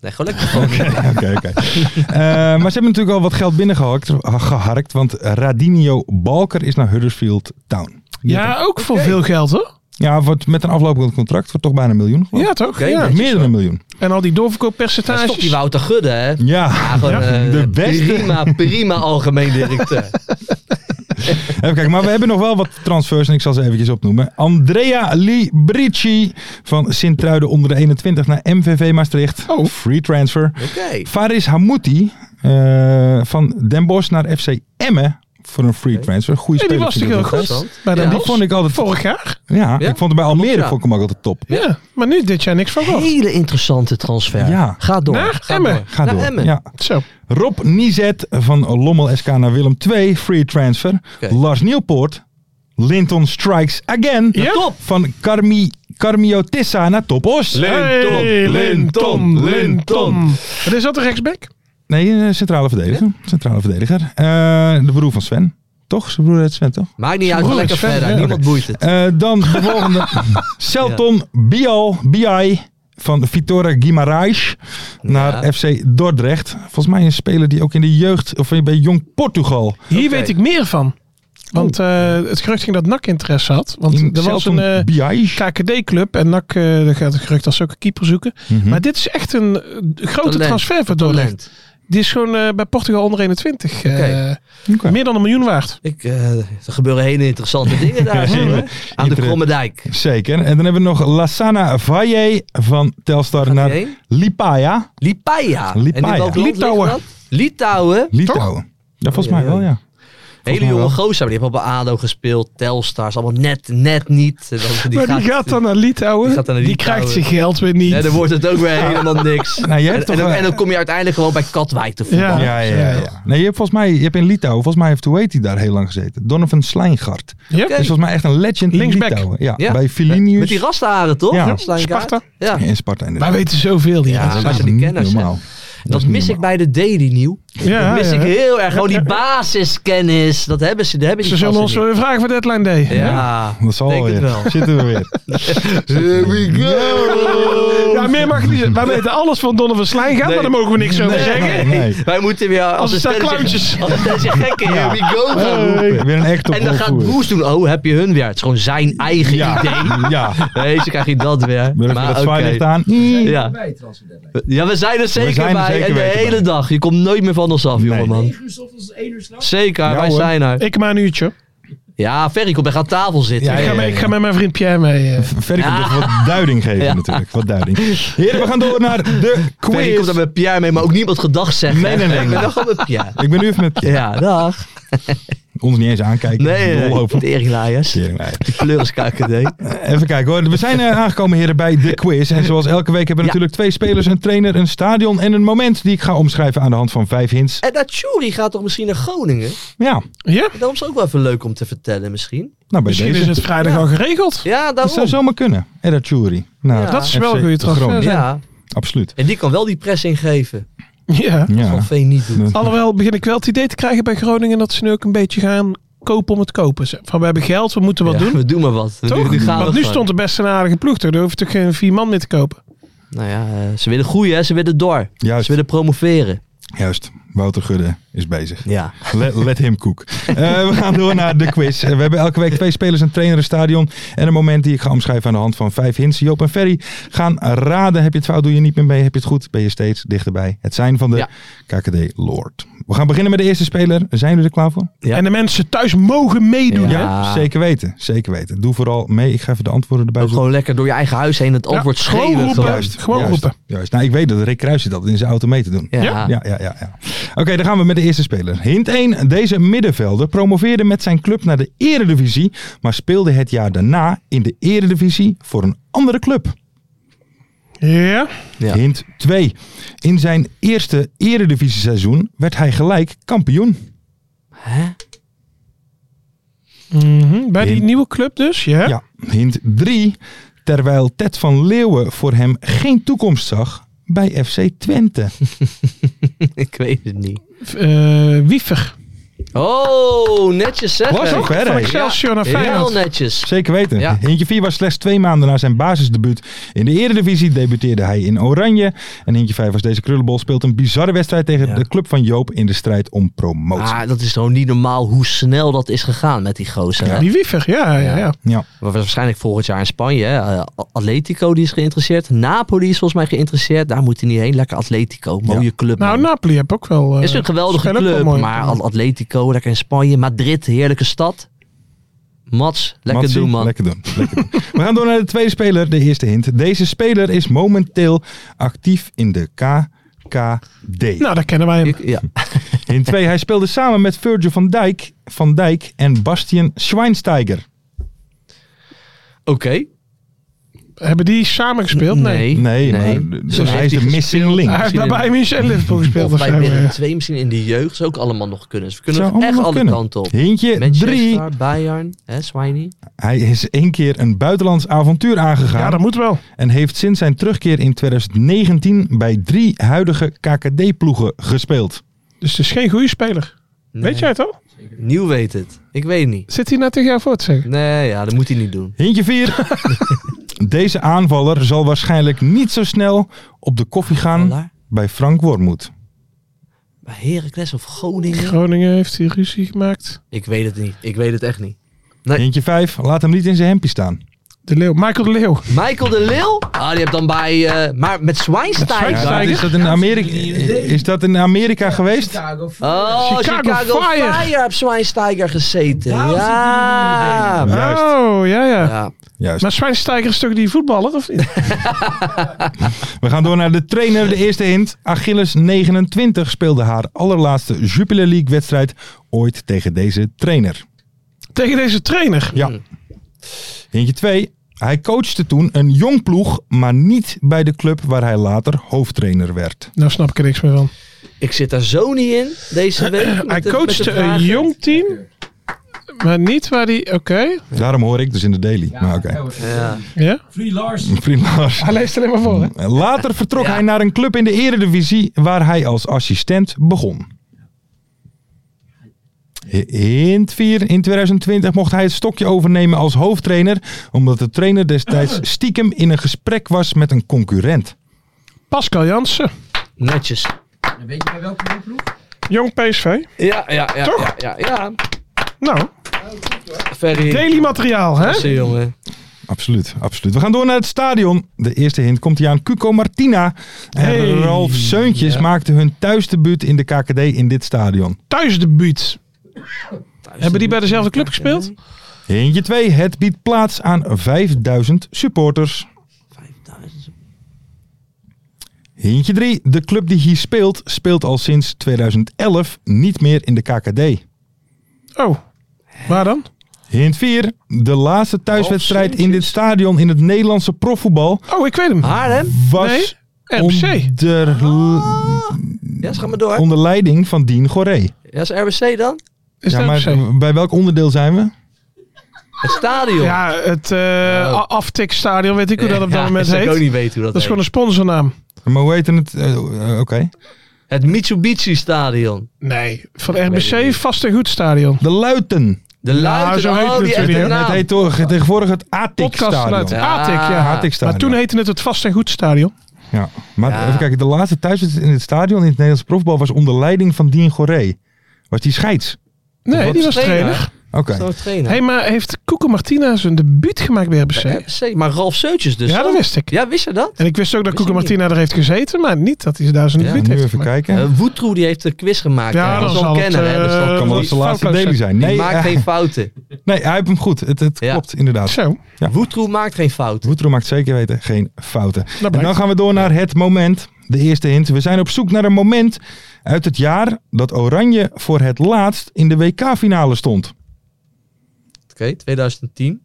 Speaker 2: Nee, gewoon lekker. (laughs) focussen.
Speaker 4: Oké, oké. Eh, maar ze hebben natuurlijk al wat geld binnengehakt, eh, geharkt, want Radinio Balker is naar Huddersfield Town.
Speaker 5: Ja, ook voor veel geld hoor.
Speaker 4: Ja, wordt met een aflopend contract voor toch bijna een miljoen. geloof ik.
Speaker 5: Ja, toch?
Speaker 2: ja.
Speaker 4: Ja,
Speaker 5: ja.
Speaker 4: meer dan een miljoen.
Speaker 5: En
Speaker 2: Dat is
Speaker 5: al die
Speaker 2: toch die
Speaker 5: doorverkooppercentages.
Speaker 2: Wouter Gudde, hè?
Speaker 4: Ja,
Speaker 2: Ja, gewoon, eh,
Speaker 4: de beste.
Speaker 2: Prima, prima algemeen (laughs) directeur.
Speaker 4: even kijken. Maar we hebben nog wel wat transfers en ik zal ze eventjes opnoemen. Andrea Librici van Sint-Truiden onder de 21 naar MVV Maastricht.
Speaker 5: Oh.
Speaker 4: Free transfer.
Speaker 2: Oké.
Speaker 4: Faris Hamouti eh, van Den Bosch naar FC Emmen voor een free transfer. Goeie
Speaker 5: Nee, die
Speaker 4: speler.
Speaker 5: was toch
Speaker 4: vind ik
Speaker 5: heel
Speaker 4: ook.
Speaker 5: goed?
Speaker 2: Interessant.
Speaker 5: Bij de
Speaker 2: Ja.
Speaker 4: Die vond ik altijd...
Speaker 5: vorig jaar.
Speaker 4: Ja,
Speaker 2: Ja?
Speaker 4: ik vond hem bij Almere
Speaker 2: Klopt, ja.
Speaker 4: vond ik hem ook altijd top.
Speaker 5: Ja, maar nu dit jaar niks van gehoord.
Speaker 2: Hele interessante transfer.
Speaker 4: Ja.
Speaker 2: Ga door.
Speaker 5: Naar
Speaker 2: ga
Speaker 5: Emmen.
Speaker 2: door.
Speaker 4: Ga
Speaker 2: Naar
Speaker 4: door.
Speaker 2: Emmen.
Speaker 4: Ja.
Speaker 5: Zo.
Speaker 4: Rob Nizet van Lommel SK naar Willem 2, free transfer.
Speaker 2: Oké.
Speaker 4: Lars Nieuwpoort, Linton Strikes Again.
Speaker 5: Ja. Top.
Speaker 4: Van Carmi, Carmio Tessa naar Topos.
Speaker 5: Hey, Linton, Linton. Wat is dat, de rechtsback?
Speaker 4: Nee, eh, centrale verdediger. Centrale verdediger. Eh, de broer van Sven. Toch? Zijn broer heet Sven, toch?
Speaker 2: Maakt niet uit.
Speaker 5: Broer,
Speaker 2: lekker
Speaker 5: Sven,
Speaker 2: verder.
Speaker 5: ja.
Speaker 2: Niemand boeit het.
Speaker 4: Eh, dan
Speaker 2: (laughs)
Speaker 4: de volgende. Celton Bial, BI van Vitora Guimarães naar
Speaker 2: Ja.
Speaker 4: FC Dordrecht. Volgens mij een speler die ook in de jeugd, of bij Jong Portugal.
Speaker 5: Hier weet ik meer van. Want
Speaker 2: Oh.
Speaker 5: eh, het gerucht ging dat NAC interesse had.
Speaker 4: In
Speaker 5: Want er was
Speaker 4: Celton
Speaker 5: een eh,
Speaker 4: Biai.
Speaker 5: KKD-club. En NAC eh, daar gaat het gerucht als ze ook een keeper zoeken.
Speaker 4: Mhm.
Speaker 5: Maar dit is echt een eh, grote
Speaker 2: Talent.
Speaker 5: transfer voor Dordrecht.
Speaker 2: Hm. Talent.
Speaker 5: Die is gewoon eh, bij Portugal onder 21. eh,
Speaker 2: Oké.
Speaker 4: Oké.
Speaker 5: Meer dan een miljoen waard.
Speaker 2: Ik, eh, er gebeuren hele interessante dingen daar. (laughs) zo, hè? Aan de
Speaker 4: Inter-
Speaker 2: Kromme Dijk.
Speaker 4: Zeker. En dan hebben we nog Lassana Valle van Telstar
Speaker 2: die
Speaker 4: naar
Speaker 2: heen?
Speaker 4: Lipaja.
Speaker 2: Lipaya.
Speaker 4: Lipaia.
Speaker 2: En in welk land ligt
Speaker 5: Litouwen.
Speaker 2: dat? Litouwen.
Speaker 4: Litouwen. Ja, volgens mij wel, ja.
Speaker 2: Hele
Speaker 4: mij
Speaker 2: jonge
Speaker 4: wel.
Speaker 2: gozer. maar Die hebben al bij ADO gespeeld. Telstar. is Allemaal net, net niet. Eh, En dan-
Speaker 5: Die maar gaat, die gaat dan naar Litouwen.
Speaker 2: die
Speaker 5: Die,
Speaker 2: gaat dan naar Litouwen.
Speaker 5: krijgt zijn geld weer niet.
Speaker 2: Ja, dan wordt het ook weer helemaal niks.
Speaker 4: Nou, jij
Speaker 2: en,
Speaker 4: hebt
Speaker 2: en
Speaker 4: toch,
Speaker 2: dan,
Speaker 4: eh,
Speaker 2: en dan kom je uiteindelijk gewoon bij Katwijk te voetballen.
Speaker 4: Ja,
Speaker 5: Ja.
Speaker 4: ja, ja. ja. Nee, je hebt volgens mij, je hebt in Litouwen, volgens mij heeft, hoe heet hij daar heel lang gezeten? Donovan Slijngard.
Speaker 5: Ja.
Speaker 4: Dat is volgens mij echt een legend
Speaker 5: Linksback.
Speaker 4: in Litouwen. Ja,
Speaker 2: Ja.
Speaker 4: bij Vilnius.
Speaker 2: Met die rastenharen, toch?
Speaker 4: Ja.
Speaker 2: Slijn Kaart.
Speaker 5: Sparta.
Speaker 2: Ja.
Speaker 4: Ja, in Sparta
Speaker 5: Wij
Speaker 4: inderdaad.
Speaker 5: weten zoveel. Die
Speaker 2: Ja,
Speaker 5: ja.
Speaker 2: wij zijn die kenners, hè.
Speaker 4: normaal.
Speaker 2: Dat mis ik bij de Daily Nieuw.
Speaker 5: Ja,
Speaker 2: mis
Speaker 5: ja.
Speaker 2: ik heel erg. Gewoon die basiskennis, dat hebben ze. Dat hebben
Speaker 5: Ze
Speaker 2: die
Speaker 5: zullen ons
Speaker 2: gasten
Speaker 5: wel weer vragen voor Deadline Day.
Speaker 2: niet. Ja,
Speaker 4: Dat zal
Speaker 2: denk
Speaker 4: wel
Speaker 2: het
Speaker 4: weer.
Speaker 2: wel.
Speaker 4: Zitten we
Speaker 2: (laughs)
Speaker 4: weer.
Speaker 2: Here we go!
Speaker 5: Ja, meer mag ik niet zeggen. Wij weten alles van Donovan Slijn gaat, maar daar mogen we niks over zeggen.
Speaker 4: Nee,
Speaker 2: Hey,
Speaker 4: nee.
Speaker 2: Wij moeten weer als,
Speaker 5: Als het
Speaker 2: een
Speaker 5: zijn
Speaker 2: stelletje-
Speaker 5: clowntjes.
Speaker 2: Als het zijn gekken, here we go gaan roepen.
Speaker 4: Hey, Weer een echte
Speaker 2: En dan gaat
Speaker 4: opvoer.
Speaker 2: Broes doen, oh, heb je hun weer. Het is gewoon zijn eigen (laughs)
Speaker 4: Ja.
Speaker 2: idee.
Speaker 4: Ja.
Speaker 2: Nee, ze krijg je dat weer.
Speaker 4: Wil ik
Speaker 2: Maar
Speaker 4: dat
Speaker 2: oké.
Speaker 4: zwaailicht aan?
Speaker 2: Ja.
Speaker 6: Bij transfer deadline.
Speaker 2: ja, we zijn er zeker
Speaker 4: zijn
Speaker 2: bij.
Speaker 4: er zeker
Speaker 2: en de
Speaker 4: weten
Speaker 2: hele
Speaker 4: bij.
Speaker 2: dag. Je komt nooit meer van ons af,
Speaker 4: Nee.
Speaker 2: jongeman.
Speaker 6: 9 uur 's ochtends, 1 uur s'nachts.
Speaker 2: Zeker,
Speaker 4: Ja,
Speaker 2: wij
Speaker 4: hoor.
Speaker 2: zijn er.
Speaker 5: Ik maar een uurtje.
Speaker 2: Ja, Ferry komt echt aan tafel zitten.
Speaker 4: Ja,
Speaker 5: Ik ga, mee- ik ga met mijn vriend Pierre mee. eh.
Speaker 4: Verder komt toch wat duiding
Speaker 2: (laughs)
Speaker 4: geven natuurlijk. Wat duiding. Heren, we gaan door naar de
Speaker 2: Ferry komt
Speaker 4: quiz.
Speaker 2: daar met Pierre mee, maar ook niemand gedag zeggen.
Speaker 4: Nee, nee,
Speaker 2: (laughs)
Speaker 4: nee,
Speaker 2: Ik
Speaker 4: nee.
Speaker 2: ben wel gewoon met Pierre.
Speaker 4: Ik ben nu even met
Speaker 2: Ja, dag.
Speaker 4: ons niet eens aankijken.
Speaker 2: Nee, nee,
Speaker 4: Dol
Speaker 2: nee.
Speaker 4: over.
Speaker 2: Teringlaaiers.
Speaker 4: (laughs) Tering, nee.
Speaker 2: Die pleurenskakerdee.
Speaker 4: Even kijken hoor. We zijn eh, aangekomen heren bij de quiz. En zoals elke week hebben we
Speaker 2: Ja.
Speaker 4: natuurlijk twee spelers, een trainer, een stadion en een moment die ik ga omschrijven aan de hand van vijf hints.
Speaker 2: En Natjuri gaat toch misschien naar Groningen?
Speaker 4: Ja,
Speaker 5: Ja?
Speaker 2: Daarom is het ook wel even leuk om te vertellen misschien.
Speaker 4: nou bij
Speaker 5: Misschien
Speaker 4: deze.
Speaker 5: is het vrijdag al geregeld.
Speaker 2: Ja,
Speaker 4: dat zou
Speaker 2: daarom.
Speaker 4: zomaar kunnen. Edda Churi. Nou,
Speaker 2: Ja.
Speaker 5: Dat is wel
Speaker 4: FC
Speaker 5: een goede transfer.
Speaker 4: Groningen.
Speaker 5: zijn.
Speaker 2: Ja,
Speaker 4: Absoluut.
Speaker 2: en die kan wel die pressing geven.
Speaker 5: Ja.
Speaker 4: Ja.
Speaker 2: Van Veen niet doet.
Speaker 4: Dat-
Speaker 5: Alhoewel begin ik wel het idee te krijgen bij Groningen dat ze nu ook een beetje gaan kopen om het kopen. Zeg, Van we hebben geld, we moeten wat
Speaker 2: Ja,
Speaker 5: doen.
Speaker 2: We doen maar wat. We
Speaker 5: Toch?
Speaker 2: doen- we gaan
Speaker 5: Want
Speaker 2: dat
Speaker 5: nu
Speaker 2: gewoon.
Speaker 5: stond er best een aardige ploeg. Toch? Daar hoef je toch geen vier man mee te kopen.
Speaker 2: Nou ja, eh, ze willen groeien, hè? ze willen door.
Speaker 4: Juist.
Speaker 2: Ze willen promoveren.
Speaker 4: Juist. Wouter Gudde is bezig.
Speaker 2: Ja.
Speaker 4: Let, let him cook. Eh, we gaan door naar de quiz. Eh, we hebben elke week twee spelers, een trainer, een stadion en een moment die ik ga omschrijven aan de hand van vijf hints. Joop en Ferry gaan raden. Heb je het fout, doe je niet meer mee. Heb je het goed, ben je steeds dichterbij. Het zijn van de
Speaker 2: Ja.
Speaker 4: KKD Lord. We gaan beginnen met de eerste speler. Zijn jullie er klaar voor?
Speaker 2: Ja.
Speaker 5: En de mensen thuis mogen meedoen.
Speaker 2: Ja.
Speaker 5: Hè?
Speaker 4: Zeker weten. Zeker weten. Doe vooral mee. Ik ga even de antwoorden erbij
Speaker 2: Ook
Speaker 4: zoeken.
Speaker 2: gewoon lekker door je eigen huis heen het antwoord
Speaker 5: gewoon
Speaker 2: schreeuwen.
Speaker 5: roepen.
Speaker 2: gewoon.
Speaker 5: Juist. gewoon
Speaker 4: Juist,
Speaker 5: roepen.
Speaker 4: Juist. Nou, ik weet dat Rick Kruijs zit altijd in zijn auto mee te doen.
Speaker 2: Ja.
Speaker 5: Ja.
Speaker 4: Ja, ja, ja. ja. Oké, dan gaan we met de eerste speler. Hint 1. Deze middenvelder promoveerde met zijn club naar de Eredivisie, maar speelde het jaar daarna in de Eredivisie voor een andere club.
Speaker 5: Ja.
Speaker 2: Ja.
Speaker 4: Hint 2. In zijn eerste Eredivisie-seizoen werd hij gelijk kampioen.
Speaker 2: Hè?
Speaker 5: Mhm. Bij die
Speaker 4: In-
Speaker 5: nieuwe club dus. Ja.
Speaker 4: Ja. Hint 3. Terwijl Ted van Leeuwen voor hem geen toekomst zag bij FC Twente.
Speaker 2: (laughs) Ik weet het niet.
Speaker 5: Eh, Wiefer.
Speaker 2: Oh, netjes zeggen.
Speaker 4: Was ook, hè?
Speaker 5: Van
Speaker 4: Ray?
Speaker 5: Excelsior naar
Speaker 2: Heel
Speaker 5: Feyenoord.
Speaker 2: netjes.
Speaker 4: Zeker weten.
Speaker 2: Ja.
Speaker 4: Hintje 4 was slechts twee maanden na zijn basisdebuut in de Eredivisie. Debuteerde hij in Oranje. En Hintje 5 was deze krullenbol. Speelt een bizarre wedstrijd tegen
Speaker 2: Ja.
Speaker 4: de club van Joop in de strijd om promotie.
Speaker 2: Ah, dat is gewoon niet normaal hoe snel dat is gegaan met die gozer. hè?
Speaker 5: Die Wiefer, ja. ja, ja.
Speaker 4: Ja.
Speaker 2: Maar waarschijnlijk volgend jaar in Spanje. Hè? Eh, Atletico die is geïnteresseerd. Napoli is volgens mij geïnteresseerd. Daar moet hij niet heen. Lekker Atletico. Mooie club.
Speaker 5: Nou,
Speaker 2: man.
Speaker 5: Napoli heb ook wel... eh,
Speaker 2: is een geweldige
Speaker 5: spelen ook wel
Speaker 2: club.
Speaker 5: mooi.
Speaker 2: Maar Al- Atletico, lekker in Spanje. Madrid, heerlijke stad. Mats, lekker
Speaker 4: Matsie,
Speaker 2: doen man.
Speaker 4: Lekker doen. Lekker doen. We gaan door naar de tweede speler. De eerste hint. Deze speler is momenteel actief in de KKD.
Speaker 5: Nou, daar kennen wij hem.
Speaker 2: Ik-
Speaker 4: (laughs)
Speaker 2: ja.
Speaker 4: Hint 2. Hij speelde samen met Virgil van Dijk, van Dijk en Bastian Schweinsteiger.
Speaker 2: Oké.
Speaker 5: Hebben die samen gespeeld? Nee.
Speaker 4: Nee,
Speaker 2: nee.
Speaker 4: maar
Speaker 2: Zo
Speaker 4: dus hij
Speaker 2: heeft
Speaker 4: is de
Speaker 2: hij Ah,
Speaker 4: missing link.
Speaker 5: Hij heeft bij Bayern München en Liverpool gespeeld.
Speaker 2: Of
Speaker 5: of
Speaker 2: bij
Speaker 5: zo,
Speaker 2: Willem
Speaker 5: ja.
Speaker 2: II misschien in de jeugd. Zou ook allemaal nog kunnen. Dus we
Speaker 4: Zou
Speaker 2: kunnen
Speaker 4: allemaal
Speaker 2: echt
Speaker 4: nog
Speaker 2: alle
Speaker 4: kunnen.
Speaker 2: kanten op.
Speaker 4: Hintje 3.
Speaker 2: Manchester, Bayern, hè, Swiney.
Speaker 4: Hij is één keer een buitenlands avontuur aangegaan
Speaker 5: Ja, dat moet wel.
Speaker 4: en heeft sinds zijn terugkeer in 2019 bij drie huidige KKD-ploegen gespeeld.
Speaker 5: Dus het is geen goede speler. Weet jij het al?
Speaker 2: Nieuw weet het. Ik weet het niet.
Speaker 5: Zit hij nou tegen jou voor te zeggen?
Speaker 2: Nee, ja, dat moet hij niet doen.
Speaker 4: Hintje 4. Deze aanvaller zal waarschijnlijk niet zo snel op de koffie gaan
Speaker 2: Voilà.
Speaker 4: bij Frank Wormoed.
Speaker 2: Bij Heracles of Groningen?
Speaker 5: Groningen heeft hier ruzie gemaakt.
Speaker 2: Ik weet het niet. Ik weet het echt niet.
Speaker 4: Hintje 5. Laat hem niet in zijn hempje staan.
Speaker 5: De Leeuw. Michael de Leeuw.
Speaker 2: Michael de Leeuw? Ah, die hebt dan bij... eh, maar met Zwijnstein.
Speaker 4: Ja, dat
Speaker 5: Schweinsteiger?
Speaker 4: is, dat in Amerika, is dat in Amerika geweest?
Speaker 6: Chicago. Fire.
Speaker 2: Oh,
Speaker 5: Chicago
Speaker 2: Chicago,
Speaker 5: Fire.
Speaker 2: Fire. op Zwijnsteiger gezeten.
Speaker 6: Daar zit
Speaker 2: Ja.
Speaker 6: hij
Speaker 4: Juist,
Speaker 5: Oh, ja, ja.
Speaker 2: ja.
Speaker 4: juist.
Speaker 5: Maar Zwijnsteiger is toch die voetballer, of (laughs) niet?
Speaker 4: We gaan door naar de trainer. De eerste hint. Achilles 29 speelde haar allerlaatste Jupiler League wedstrijd ooit tegen deze trainer.
Speaker 5: tegen deze trainer.
Speaker 4: Ja. Hintje 2. Hij coachte toen een jong ploeg, maar niet bij de club waar hij later hoofdtrainer werd.
Speaker 5: Nou snap ik er niks meer van.
Speaker 2: Ik zit daar zo niet in deze week. met
Speaker 5: Hij
Speaker 2: de- met de
Speaker 5: coachte een
Speaker 2: vragen.
Speaker 5: jong team. Maar niet waar die... Oké.
Speaker 4: Daarom hoor ik dus in de daily. maar oké.
Speaker 6: Ja, hoor.
Speaker 2: Ja.
Speaker 5: Ja?
Speaker 6: Free Lars.
Speaker 4: Vriend Lars.
Speaker 5: Hij leest alleen maar voor, hè?
Speaker 4: Later vertrok hij naar een club in de eredivisie waar hij als assistent begon. Hint 4. In 2020 mocht hij het stokje overnemen als hoofdtrainer. Omdat de trainer destijds stiekem in een gesprek was met een concurrent.
Speaker 5: Pascal Jansen.
Speaker 2: Netjes.
Speaker 6: Dan weet je bij welke ploeg?
Speaker 5: Jong PSV.
Speaker 2: Ja, ja, ja.
Speaker 5: Toch?
Speaker 2: Ja, ja.
Speaker 5: Nou,
Speaker 2: Ferry.
Speaker 5: daily materiaal, hè?
Speaker 2: Klasse, jongen.
Speaker 4: Absoluut, absoluut. We gaan door naar het stadion. De eerste hint komt hier aan Cuco Martina. En
Speaker 5: Hey.
Speaker 4: Ralf Seuntjes maakten hun thuisdebuut in de KKD in dit stadion.
Speaker 5: Thuisdebuut. Hebben die bij dezelfde club gespeeld?
Speaker 4: Hintje 2. Het biedt plaats aan 5000 supporters.
Speaker 2: 5000.
Speaker 4: Hintje 3. De club die hier speelt, speelt al sinds 2011 niet meer in de KKD.
Speaker 5: Oh, waar dan?
Speaker 4: Hint 4. De laatste thuiswedstrijd in dit
Speaker 2: Seuntjes.
Speaker 4: stadion in het Nederlandse profvoetbal
Speaker 5: Oh, ik weet hem.
Speaker 2: Haarlem?
Speaker 4: was
Speaker 5: Nee, RBC.
Speaker 4: onder,
Speaker 2: Ja, ze gaan maar door.
Speaker 4: onder leiding van Dien Goré.
Speaker 2: Ja, is RBC dan?
Speaker 5: Is
Speaker 4: Ja,
Speaker 5: dat
Speaker 4: maar
Speaker 5: zo?
Speaker 4: bij welk onderdeel zijn we?
Speaker 2: Het stadion.
Speaker 5: Ja, het eh a- aftikstadion, weet ik hoe dat op dat
Speaker 2: Ja,
Speaker 5: moment
Speaker 2: zou
Speaker 5: heet.
Speaker 2: ik ook niet weten hoe (laughs) dat,
Speaker 5: Dat is gewoon
Speaker 2: heet.
Speaker 5: een sponsornaam.
Speaker 4: Maar hoe heet het? Eh, eh, Oké.
Speaker 2: Het Mitsubishi Stadion.
Speaker 5: Nee, van
Speaker 2: weet het
Speaker 5: RBC
Speaker 2: niet.
Speaker 5: vast en goed stadion.
Speaker 4: De Luiten.
Speaker 2: De Luiten.
Speaker 5: zo heet
Speaker 2: oh,
Speaker 5: het
Speaker 2: die
Speaker 5: natuurlijk,
Speaker 2: echte
Speaker 5: hè?
Speaker 2: naam.
Speaker 4: Het heet toch, tegenwoordig het
Speaker 5: Podcastluid.
Speaker 4: ATIC-stadion.
Speaker 2: Ja.
Speaker 5: Atik, ja.
Speaker 2: ATIC
Speaker 4: stadion.
Speaker 5: Maar toen heette het het vast en goed stadion.
Speaker 4: Ja. Maar
Speaker 2: Ja.
Speaker 4: even kijken, de laatste thuiswedstrijd in het stadion in het Nederlands profbal was onder leiding van Dien Goré. Was die scheids?
Speaker 5: Nee,
Speaker 2: Wat
Speaker 5: die was
Speaker 2: trainer?
Speaker 5: trainer.
Speaker 2: Dat
Speaker 4: Oké.
Speaker 2: is nou trainer.
Speaker 5: Hé, maar heeft Koeko Martina zijn debuut gemaakt bij RBC?
Speaker 2: RBC. Maar Ralf Seutjes dus.
Speaker 5: Ja, dat
Speaker 2: dan?
Speaker 5: wist ik.
Speaker 2: Ja, wist je dat?
Speaker 5: En ik wist ook dat
Speaker 2: Wist
Speaker 5: Koeko
Speaker 2: ik niet.
Speaker 5: Martina er heeft gezeten, maar niet dat hij ze daar zijn
Speaker 2: Ja,
Speaker 5: debuut
Speaker 4: Nu
Speaker 5: heeft
Speaker 4: even
Speaker 5: gemaakt.
Speaker 4: kijken.
Speaker 2: Eh Woetroe die heeft een quiz gemaakt.
Speaker 5: Ja,
Speaker 2: hè.
Speaker 5: dan
Speaker 2: dat is wel
Speaker 5: zal
Speaker 2: een
Speaker 5: het,
Speaker 2: kenner. hè. Dus
Speaker 5: eh,
Speaker 2: dat
Speaker 4: kan wel eens de laatste daily zijn.
Speaker 2: Die
Speaker 4: Nee,
Speaker 2: maakt
Speaker 5: (laughs)
Speaker 4: eh,
Speaker 2: geen fouten.
Speaker 4: nee, hij heeft hem goed. Het, het
Speaker 2: Ja.
Speaker 4: klopt, inderdaad.
Speaker 5: Zo,
Speaker 2: Woetroe maakt geen fouten.
Speaker 4: Woetro maakt zeker weten geen fouten.
Speaker 5: dat
Speaker 4: En dan
Speaker 5: blijkt.
Speaker 4: gaan we door naar het moment. De eerste hint. We zijn op zoek naar een moment uit het jaar dat Oranje voor het laatst in de WK-finale stond.
Speaker 2: Oké, 2010.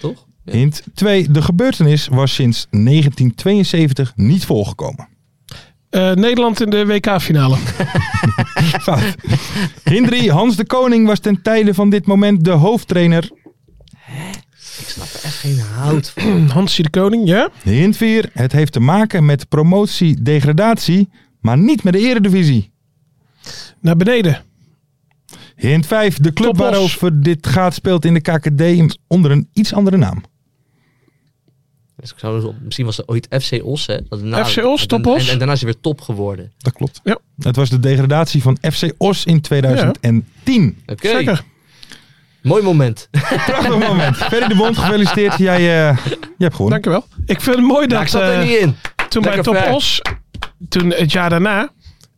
Speaker 2: Toch? Ja.
Speaker 4: Hint 2. De gebeurtenis was sinds 1972 niet
Speaker 5: (laughs)
Speaker 4: volgekomen.
Speaker 5: Eh, Nederland in de (clears throat) WK-finale.
Speaker 4: Fout. Hint 3. Hans de Koning was ten tijde van dit moment de hoofdtrainer.
Speaker 2: Echt geen hout van.
Speaker 5: Hansie de Koning, ja?
Speaker 4: Hint 4. Het heeft te maken met promotie, degradatie, maar niet met de eredivisie.
Speaker 5: Naar beneden.
Speaker 4: Hint 5. De club
Speaker 5: Topos.
Speaker 4: waarover dit gaat speelt in de KKD onder een iets andere naam.
Speaker 2: Dus ik zou dus op- misschien was het ooit FC Os, hè? Dat daarna-
Speaker 5: FC Os,
Speaker 2: en-
Speaker 5: top
Speaker 2: en-
Speaker 5: Os.
Speaker 2: En, daarna is hij weer top geworden.
Speaker 4: Dat klopt.
Speaker 5: Ja.
Speaker 4: Het was de degradatie van FC Os in 2010.
Speaker 2: Oké,
Speaker 5: Zeker.
Speaker 2: mooi
Speaker 5: (laughs)
Speaker 2: moment.
Speaker 4: Prachtig moment. Ferry de Bond, gefeliciteerd. Jij, eh, jij hebt gewonnen.
Speaker 5: Dankjewel. Ik vind het mooi dat
Speaker 2: Ja, ik zat er
Speaker 5: eh,
Speaker 2: niet in.
Speaker 5: toen bij
Speaker 2: Lekker
Speaker 5: Top
Speaker 2: ver.
Speaker 5: Os, toen het jaar daarna,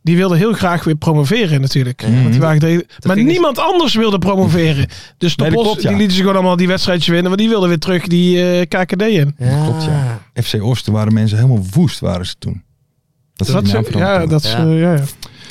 Speaker 5: die wilde heel graag weer promoveren natuurlijk.
Speaker 4: Mhm.
Speaker 5: Want die waren de- maar
Speaker 2: ging
Speaker 5: niemand anders wilde promoveren. Dus Top
Speaker 4: Nee, dat
Speaker 5: Os,
Speaker 4: klopt, ja.
Speaker 5: die lieten ze gewoon allemaal die wedstrijdje winnen, want die wilden weer terug die eh, KKD in.
Speaker 2: Ja.
Speaker 4: klopt, ja. FC Os, toen waren mensen helemaal woest waren ze toen. Dat is
Speaker 5: Dat
Speaker 4: die
Speaker 5: ze-
Speaker 4: naam veranderd
Speaker 5: ja,
Speaker 4: toen.
Speaker 5: dat is...
Speaker 2: Ja.
Speaker 5: eh, ja, ja.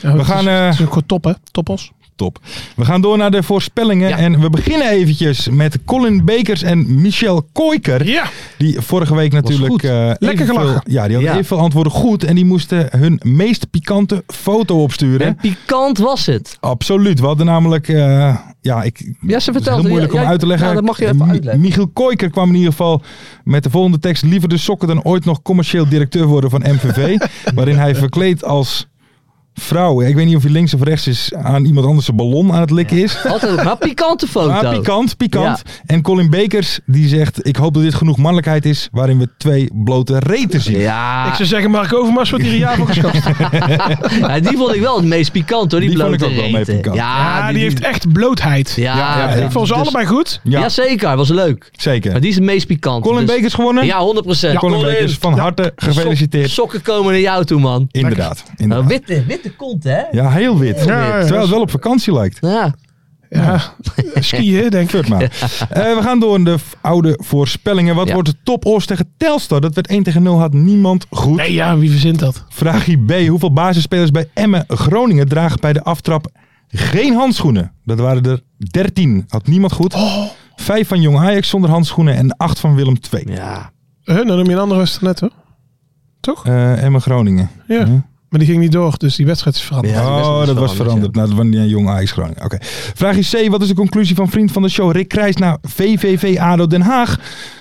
Speaker 5: Ja, het
Speaker 4: gaan,
Speaker 5: Is,
Speaker 4: eh,
Speaker 5: het is ook gewoon top, hè? Top Os.
Speaker 4: top. We gaan door naar de voorspellingen.
Speaker 2: Ja.
Speaker 4: En we beginnen eventjes met Colin Bekers en Michel Koiker.
Speaker 5: Ja,
Speaker 4: Die vorige week natuurlijk...
Speaker 5: goed.
Speaker 4: eh,
Speaker 5: Lekker
Speaker 4: evenveel-
Speaker 5: gelachen.
Speaker 4: Ja, die hadden
Speaker 2: Ja.
Speaker 4: heel veel antwoorden goed. En die moesten hun meest pikante foto opsturen.
Speaker 2: En pikant was het.
Speaker 4: Absoluut. We hadden namelijk... eh, ja, ik,
Speaker 2: Ja, ze
Speaker 4: Het is
Speaker 2: vertelde.
Speaker 4: heel moeilijk
Speaker 2: ja,
Speaker 4: om
Speaker 2: ja,
Speaker 4: uit te leggen.
Speaker 2: Ja, dat mag je even
Speaker 4: Mi-
Speaker 2: uitleggen.
Speaker 4: Michiel Koiker kwam in ieder geval met de volgende tekst... liever de sokken dan ooit nog commercieel directeur worden van MVV.
Speaker 2: (laughs)
Speaker 4: waarin hij verkleed als vrouw. Ik weet niet of hij links of rechts is aan iemand anders een ballon aan het
Speaker 2: (laughs)
Speaker 4: likken is.
Speaker 2: Altijd, maar pikante foto.
Speaker 4: (laughs) Maar pikant, pikant. En Colin Bekers die zegt... ik hoop dat dit genoeg mannelijkheid is... waarin we twee blote reten zien.
Speaker 5: ik
Speaker 2: Ja,
Speaker 5: zou zeggen Mark Overmars wordt hier een jaar voor geschat.
Speaker 2: ja, die vond ik wel het meest pikant hoor. Die,
Speaker 4: Die vond
Speaker 2: blote
Speaker 4: ik ook wel mee
Speaker 2: reten.
Speaker 4: pikant.
Speaker 2: Ja,
Speaker 5: Ja, Ah, die heeft echt blootheid.
Speaker 2: Ah, Ja,
Speaker 4: ja,
Speaker 2: ja.
Speaker 5: Ik vond ze
Speaker 2: Dus-
Speaker 5: allebei goed.
Speaker 4: Ja,
Speaker 2: Ja, zeker. Was leuk.
Speaker 4: zeker.
Speaker 2: Maar die is het meest pikant.
Speaker 4: Colin
Speaker 2: dus-
Speaker 4: Bekers gewonnen?
Speaker 2: Ja, 100 procent.
Speaker 4: Colin, Bekers, van harte gefeliciteerd.
Speaker 2: sokken komen naar jou toe, man.
Speaker 4: Inderdaad.
Speaker 2: Nou,
Speaker 4: inderdaad.
Speaker 2: witte, witte kont, hè?
Speaker 4: Ja, heel wit.
Speaker 5: Ja, ja, ja.
Speaker 4: Terwijl het wel op vakantie lijkt.
Speaker 2: Ja.
Speaker 5: Ja, (laughs) skiën denk ik.
Speaker 4: Fut
Speaker 5: (laughs)
Speaker 4: maar. Eh, we gaan door naar de v- oude voorspellingen. Wat
Speaker 2: Ja.
Speaker 4: wordt de top Os tegen Telstar? Dat werd 1 tegen 0, had niemand goed.
Speaker 5: Nee, ja, wie verzint dat?
Speaker 4: Vraagje B. Hoeveel basisspelers bij Emmen Groningen dragen bij de aftrap geen handschoenen? Dat waren er 13, had niemand goed.
Speaker 5: Oh.
Speaker 4: Vijf van Jong Ajax zonder handschoenen en acht van Willem II.
Speaker 2: ja.
Speaker 5: Huh, dan noem je een andere wedstrijd net, hoor.
Speaker 4: Eh, Emmen Groningen.
Speaker 5: Ja.
Speaker 4: Ja.
Speaker 5: Maar die ging niet door, dus die wedstrijd is veranderd.
Speaker 2: Hm? Ja, die wedstrijd
Speaker 4: oh,
Speaker 2: is
Speaker 4: dat was
Speaker 2: veranderd,
Speaker 4: veranderd. Nou, dat was niet aan Jong Ajax Groningen. Oké. Vraagje C. Wat is de conclusie van vriend van de show Rick Krijs naar VVV ADO Den Haag?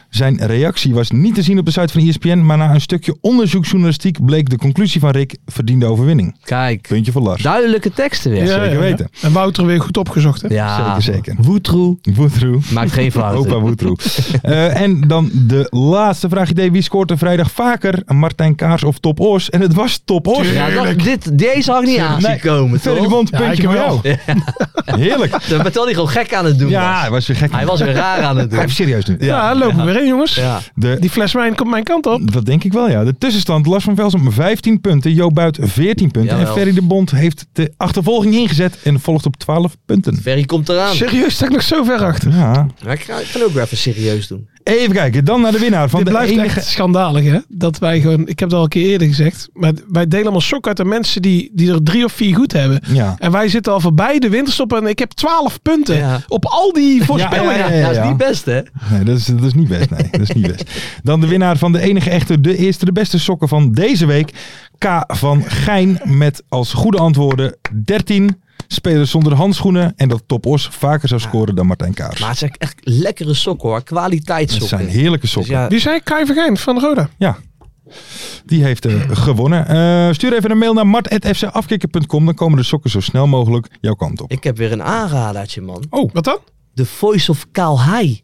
Speaker 4: Zijn reactie was niet te zien op de site van E ESPN, maar na een stukje onderzoeksjournalistiek bleek de conclusie van Rick verdiende overwinning.
Speaker 2: Kijk,
Speaker 4: Puntje voor Lars.
Speaker 2: duidelijke teksten weer.
Speaker 4: zeker weten.
Speaker 5: En Wouter weer goed opgezocht, hè?
Speaker 2: Ja,
Speaker 4: Zeker, zeker.
Speaker 2: Woetroe
Speaker 4: Woetroe.
Speaker 2: maakt
Speaker 4: (laughs)
Speaker 2: geen fouten.
Speaker 4: Opa
Speaker 2: (laughs)
Speaker 4: Woetroe. Eh, en dan de laatste vraag. Idee, wie scoort er vrijdag vaker? Martijn Kaars of Top Os? En het was Top Os.
Speaker 2: Ja, dat- dit, deze had ik niet aan zien komen,
Speaker 4: Ferry de
Speaker 2: toch?
Speaker 4: Bond,
Speaker 5: Ja,
Speaker 4: puntje
Speaker 5: ik
Speaker 4: voor
Speaker 5: wel.
Speaker 4: jou. (laughs) Heerlijk.
Speaker 2: Dat werd wel niet gewoon gek aan het doen.
Speaker 4: Ja,
Speaker 2: was.
Speaker 4: hij was weer gek.
Speaker 2: Hij was weer raar aan het
Speaker 4: Hij
Speaker 2: doen.
Speaker 4: heeft serieus nu.
Speaker 5: Ja, lopen we weer in, jongens.
Speaker 2: Ja.
Speaker 4: De,
Speaker 5: Die fles wijn komt mijn kant op.
Speaker 4: dat denk ik wel, ja. De tussenstand, Lars van Velsen 15 punten, Jo Buit 14 punten.
Speaker 2: Jawel.
Speaker 4: En Ferry de Bond heeft de achtervolging ingezet en volgt op 12 punten.
Speaker 2: Ferry komt eraan.
Speaker 5: Serieus, sta ik nog zo ver achter.
Speaker 4: Ja.
Speaker 2: Maar ik ga, ik ga ook weer even serieus doen.
Speaker 4: Even kijken, dan naar de winnaar van
Speaker 5: Dit
Speaker 4: de
Speaker 5: blijft
Speaker 4: enige...
Speaker 5: echt schandalig, hè? Dat wij gewoon, ik heb het al een keer eerder gezegd, maar wij delen allemaal sok uit aan mensen die, die er drie of vier goed hebben.
Speaker 4: Ja.
Speaker 5: En wij zitten al voorbij de winterstop en ik heb twaalf punten
Speaker 2: Ja.
Speaker 5: op al die voorspellingen.
Speaker 4: Ja,
Speaker 2: Ja,
Speaker 4: ja, ja,
Speaker 2: dat
Speaker 4: ja.
Speaker 2: is niet best, hè?
Speaker 4: Nee, dat is, dat is niet best. Nee, dat is niet best. Dan de winnaar van de enige echte, de eerste, de beste sokken van deze week. K van Gein met als goede antwoorden 13 spelers zonder handschoenen. En dat Top Os vaker zou scoren dan Martijn Kaars.
Speaker 2: Maar het zijn echt lekkere sokken, hoor.
Speaker 4: Het
Speaker 2: Kwaliteitssokken.
Speaker 4: zijn heerlijke
Speaker 2: Dus
Speaker 4: sokken.
Speaker 2: ja,
Speaker 5: Wie zei Kai Vergijn van Roda?
Speaker 4: Ja. Die heeft eh, gewonnen. Eh, stuur even een mail naar mart.fcafkikker.com. Dan komen de sokken zo snel mogelijk jouw kant op.
Speaker 2: ik heb weer een aanradertje, man.
Speaker 5: Oh. Wat dan?
Speaker 2: The Voice of Kaalhai.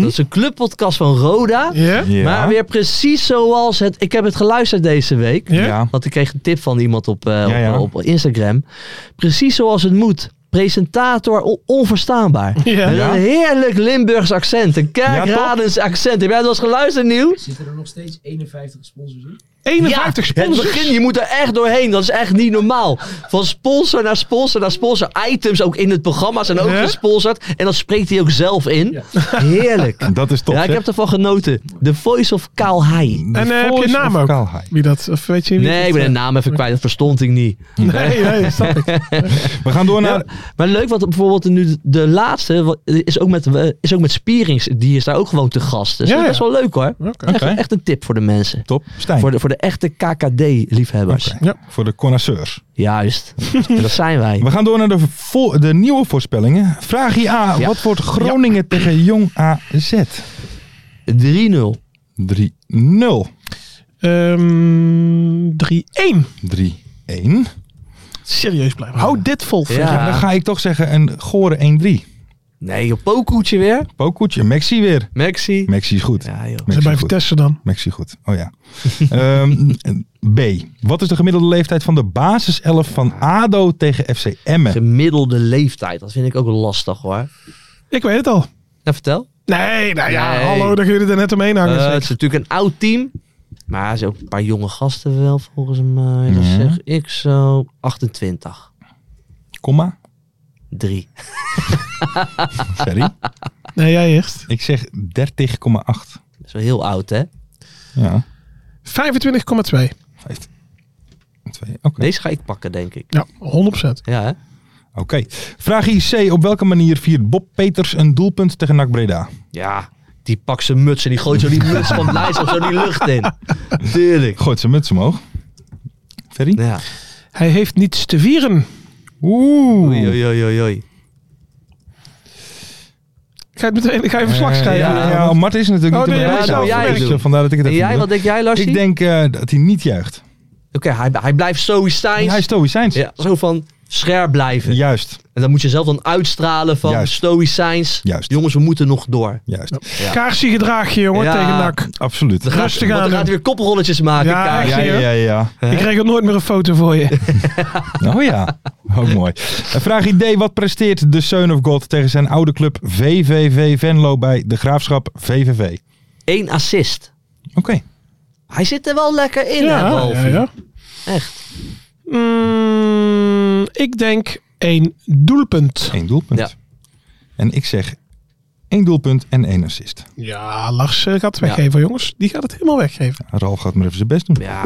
Speaker 2: Dat is een clubpodcast van Roda.
Speaker 5: Ja?
Speaker 4: Ja.
Speaker 2: Maar weer precies zoals het... Ik heb het geluisterd deze week.
Speaker 5: Ja?
Speaker 4: Ja.
Speaker 2: Want ik kreeg een tip van iemand op, eh, op-
Speaker 4: ja.
Speaker 2: op, Instagram. Precies zoals het moet. Presentator on- onverstaanbaar.
Speaker 5: Ja.
Speaker 2: Met
Speaker 5: Ja.
Speaker 2: een heerlijk Limburgs accent. Een kerkradens accent. Heb jij dat wel eens geluisterd, Nieuw?
Speaker 6: Zitten er nog steeds 51 sponsors in?
Speaker 5: 51
Speaker 2: het
Speaker 5: sponsors.
Speaker 2: begin, je moet er echt doorheen. Dat is echt niet normaal. Van sponsor naar sponsor naar sponsor. Items ook in het programma zijn ook
Speaker 5: Ja.
Speaker 2: gesponsord. En dat spreekt hij ook zelf in.
Speaker 5: (laughs)
Speaker 2: Heerlijk.
Speaker 4: Dat is top.
Speaker 2: ja, ik
Speaker 4: zeg.
Speaker 2: heb ervan genoten. The Voice of Kaal Hai.
Speaker 4: De
Speaker 5: En, eh, heb je
Speaker 4: Voice
Speaker 5: naam
Speaker 4: of
Speaker 5: ook?
Speaker 4: Kaalhaai.
Speaker 5: Wie dat, of weet je wie
Speaker 2: Nee, ik
Speaker 5: dat,
Speaker 2: ben de
Speaker 5: eh,
Speaker 2: naam even kwijt. Dat verstond ik niet.
Speaker 5: Nee,
Speaker 2: (laughs)
Speaker 5: nee, snap ik.
Speaker 4: We gaan door naar...
Speaker 2: Maar leuk, want bijvoorbeeld nu de laatste wat- is ook, met, eh, is ook met Spierings. Die is daar ook gewoon te gast. Dus
Speaker 5: Ja,
Speaker 2: dat is
Speaker 5: ja.
Speaker 2: wel leuk hoor.
Speaker 5: Oké.
Speaker 2: Echt, echt een tip voor de mensen.
Speaker 4: Top. Stijn.
Speaker 2: Voor de, voor de echte KKD-liefhebbers.
Speaker 4: Oké.
Speaker 5: Ja.
Speaker 4: Voor de connoisseurs.
Speaker 5: (laughs)
Speaker 2: Juist. En dat zijn wij.
Speaker 4: We gaan door naar de, vo- de nieuwe voorspellingen. Vraag je A.
Speaker 2: Ja.
Speaker 4: Wat wordt Groningen tegen Jong AZ?
Speaker 2: 3-0.
Speaker 4: 3-0.
Speaker 5: Ehm, 3-1.
Speaker 4: 3-1.
Speaker 5: Serieus blijven. Houd dit vol. Ferry.
Speaker 2: Ja.
Speaker 4: Dan ga ik toch zeggen een gore 1-3.
Speaker 2: Nee, een pokoetje weer.
Speaker 4: Pokoetje. Maxi weer.
Speaker 2: Maxi.
Speaker 4: Maxi is goed.
Speaker 2: Ja, joh.
Speaker 5: Ze
Speaker 4: Maxi
Speaker 5: bij
Speaker 4: is goed.
Speaker 5: Vitesse dan.
Speaker 4: Maxi goed. Oh ja. (laughs) Ehm, B. Wat is de gemiddelde leeftijd van de basiself van ADO tegen FC Emmen?
Speaker 2: Gemiddelde leeftijd. Dat vind ik ook lastig hoor.
Speaker 5: Ik weet het al.
Speaker 2: Nou, vertel.
Speaker 5: Nee, nou ja,
Speaker 2: Nee.
Speaker 5: hallo, daar kun je er net omheen hangen.
Speaker 2: Eh,
Speaker 5: zeg.
Speaker 2: het is natuurlijk een oud team. Maar er zijn ook een paar jonge gasten wel volgens mij. Dan
Speaker 4: Ja.
Speaker 2: zeg ik zo 28.
Speaker 4: Komma.
Speaker 2: 3.
Speaker 4: Sorry. (laughs)
Speaker 5: Nee, jij eerst.
Speaker 4: Ik zeg 30,8.
Speaker 2: Dat is wel heel oud hè.
Speaker 4: Ja.
Speaker 5: 25,2.
Speaker 4: Vijf. Twee. Oké.
Speaker 2: Deze ga ik pakken, denk ik.
Speaker 5: Ja, 100%.
Speaker 2: Ja, hè?
Speaker 4: Oké. Vraag IC. Op welke manier viert Bob Peters een doelpunt tegen NAC Breda?
Speaker 2: Ja, die pakt zijn muts en die gooit (laughs) zo die muts van het lijst of zo die lucht in. Tuurlijk.
Speaker 4: Gooit zijn muts omhoog. Ferry?
Speaker 2: Ja.
Speaker 5: Hij heeft niets te vieren.
Speaker 4: Oeh.
Speaker 2: Oei, oei, oei, oei, oei.
Speaker 5: Ga je, het meteen, ga je verslag
Speaker 4: Eh,
Speaker 5: schrijven?
Speaker 4: ja, ja, Mart is natuurlijk
Speaker 5: Oh,
Speaker 4: niet
Speaker 5: nee,
Speaker 4: erbij.
Speaker 2: ja, nou, jij
Speaker 4: Dus,
Speaker 2: doet.
Speaker 4: eh, Vandaar dat ik het
Speaker 2: En
Speaker 4: even
Speaker 2: jij,
Speaker 4: doe.
Speaker 2: wat denk jij, Larsie?
Speaker 4: Ik denk eh, dat hij niet juicht.
Speaker 2: Oké, hij, hij blijft stoïcijns.
Speaker 4: Hij is stoïcijns.
Speaker 2: ja, zo van scherp blijven.
Speaker 4: Juist.
Speaker 2: En dan moet je zelf dan uitstralen van
Speaker 4: Juist.
Speaker 2: stoïcijns.
Speaker 4: Juist.
Speaker 2: Jongens, we moeten nog door.
Speaker 4: Juist.
Speaker 2: Ja.
Speaker 5: Kaarsie gedraag je, jongen,
Speaker 2: Ja.
Speaker 5: tegen NAC.
Speaker 4: Absoluut.
Speaker 2: Dan gaat,
Speaker 5: Rustig
Speaker 2: want
Speaker 5: aan
Speaker 2: Dan
Speaker 5: doen.
Speaker 2: gaat hij weer koprolletjes maken.
Speaker 5: Ja,
Speaker 2: Kai.
Speaker 5: echt.
Speaker 4: Ja,
Speaker 5: zie
Speaker 4: ja,
Speaker 5: je.
Speaker 4: ja, ja.
Speaker 5: Ik regel nooit meer een foto voor je.
Speaker 4: (laughs) Oh ja, ook mooi. Eh, Vraag idee, wat presteert de Son of God tegen zijn oude club VVV Venlo bij de Graafschap VVV?
Speaker 2: Eén assist.
Speaker 4: Oké,
Speaker 2: Hij zit er wel lekker in, hè, Ralf? Echt.
Speaker 5: Mm, ik denk één doelpunt.
Speaker 4: één doelpunt.
Speaker 2: Ja.
Speaker 4: En ik zeg één doelpunt en één assist.
Speaker 5: Ja, Lars eh, gaat het weggeven, jongens. Die gaat het helemaal weggeven.
Speaker 4: Ralf gaat maar even zijn best doen.
Speaker 2: Ja,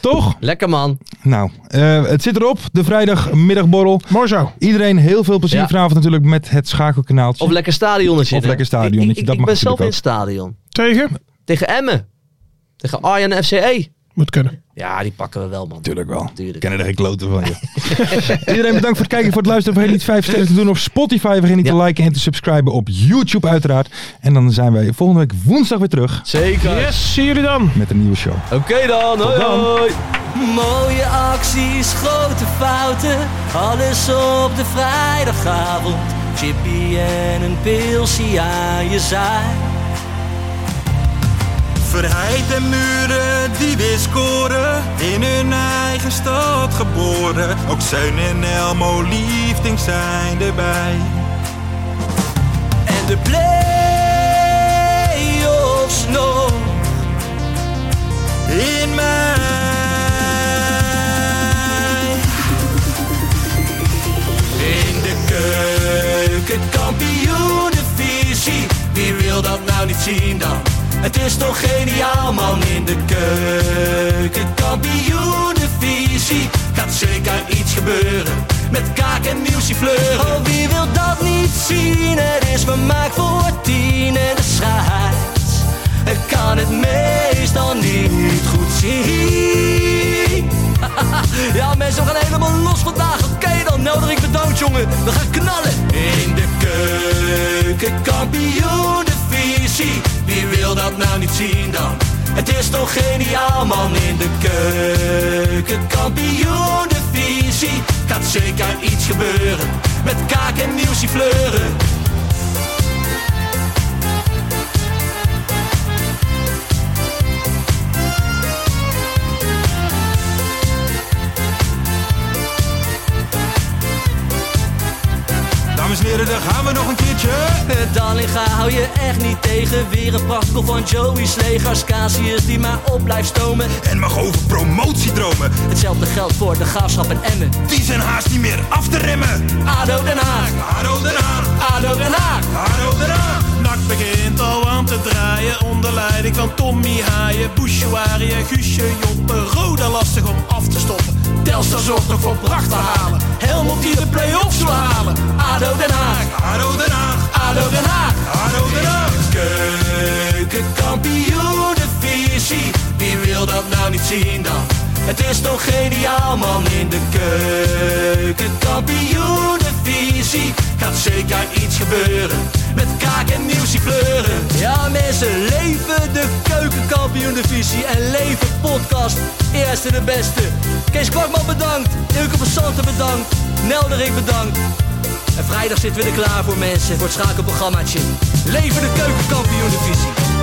Speaker 4: Toch?
Speaker 2: lekker man.
Speaker 4: Nou, eh, het zit erop, de vrijdagmiddagborrel.
Speaker 5: Mooi zo.
Speaker 4: Iedereen heel veel plezier
Speaker 2: Ja.
Speaker 4: vanavond natuurlijk met het schakelkanaaltje.
Speaker 2: Of lekker stadionnetje.
Speaker 4: Of lekker stadionnetje,
Speaker 2: Ik, ik,
Speaker 4: dat
Speaker 2: ik
Speaker 4: mag
Speaker 2: ben zelf in het
Speaker 4: natuurlijk
Speaker 2: stadion.
Speaker 5: Tegen?
Speaker 2: Tegen Emmen. Tegen Arjen FCE.
Speaker 5: Moet kunnen.
Speaker 2: Ja, die pakken we wel, man.
Speaker 4: Tuurlijk wel.
Speaker 2: Tuurlijk.
Speaker 4: Ik ken er geen kloten van je. (laughs) Iedereen bedankt voor het kijken, voor het luisteren. Vergeet niet 5 sterren te doen op Spotify. Vergeet niet te
Speaker 2: Ja.
Speaker 4: liken en te subscriben op YouTube uiteraard. En dan zijn wij volgende week woensdag weer terug
Speaker 2: Zeker.
Speaker 5: Yes, zie jullie dan.
Speaker 4: met een nieuwe show.
Speaker 2: Oké dan. Hoi, hoi.
Speaker 8: Mooie acties, grote fouten, alles op de vrijdagavond. Chippy en een pilsie aan je zaai.
Speaker 3: Verheid en muren die weer scoren, in hun eigen stad geboren. Ook Zijn en Elmo liefding zijn erbij.
Speaker 8: En de play-offs nog
Speaker 3: In mij.
Speaker 8: in de keuken, kampioenenvisie. Wie wil dat nou niet zien dan? Het is toch geniaal man in de keuken, kampioenenvisie. Gaat zeker iets gebeuren met kaak en nieuwsie fleuren. Oh wie wil dat niet zien? Het is vermaakt voor tien en de scheids. Ik kan het meestal niet goed zien. Ja, mensen, we gaan helemaal los vandaag. Oké, dan nodig ik bedankt, jongen. We gaan knallen. In de keuken, kampioenenvisie. Wie wil dat nou niet zien dan? Het is toch geniaal, man. In de keuken, kampioenenvisie. Gaat zeker iets gebeuren. Met kaak en nieuwsie fleuren.
Speaker 3: Dames en heren, daar gaan we nog een keertje.
Speaker 8: Dallinga Eh, hou je echt niet tegen. Weer een prachtkel van Joey's legers. Casius die maar op blijft stomen.
Speaker 3: En mag over promotiedromen,
Speaker 8: Hetzelfde geldt voor de graafschap en Emmen.
Speaker 3: die zijn haast niet meer af te remmen.
Speaker 8: ADO Den Haag,
Speaker 3: Haro daarna,
Speaker 8: ADO Den Haag.
Speaker 3: haro daarna.
Speaker 9: Nak begint al aan te draaien onder leiding van Tommy Haaien, Bouchouari en Guusje Joppen. Roda lastig om af te stoppen. Telstar zorgt nog voor pracht te halen. Helmond die de play-offs wil halen.
Speaker 8: ADO Den Haag,
Speaker 3: Haro daarna,
Speaker 8: ADO Den Haag.
Speaker 3: haro daarna.
Speaker 8: Keukenkampioenenvisie, wie wil dat nou niet zien dan? Het is toch geniaal man in de keukenkampioenenvisie. Gaat zeker iets gebeuren, met kaak en nieuwsie kleuren. Ja mensen, leven de keukenkampioenenvisie en leven podcast. Eerste de beste. Kees Kwakman bedankt, Ilke van Santen bedankt, Nelderik bedankt. En vrijdag zitten we er klaar voor mensen, voor het schakelprogrammaatje. Leven de keukenkampioen divisie.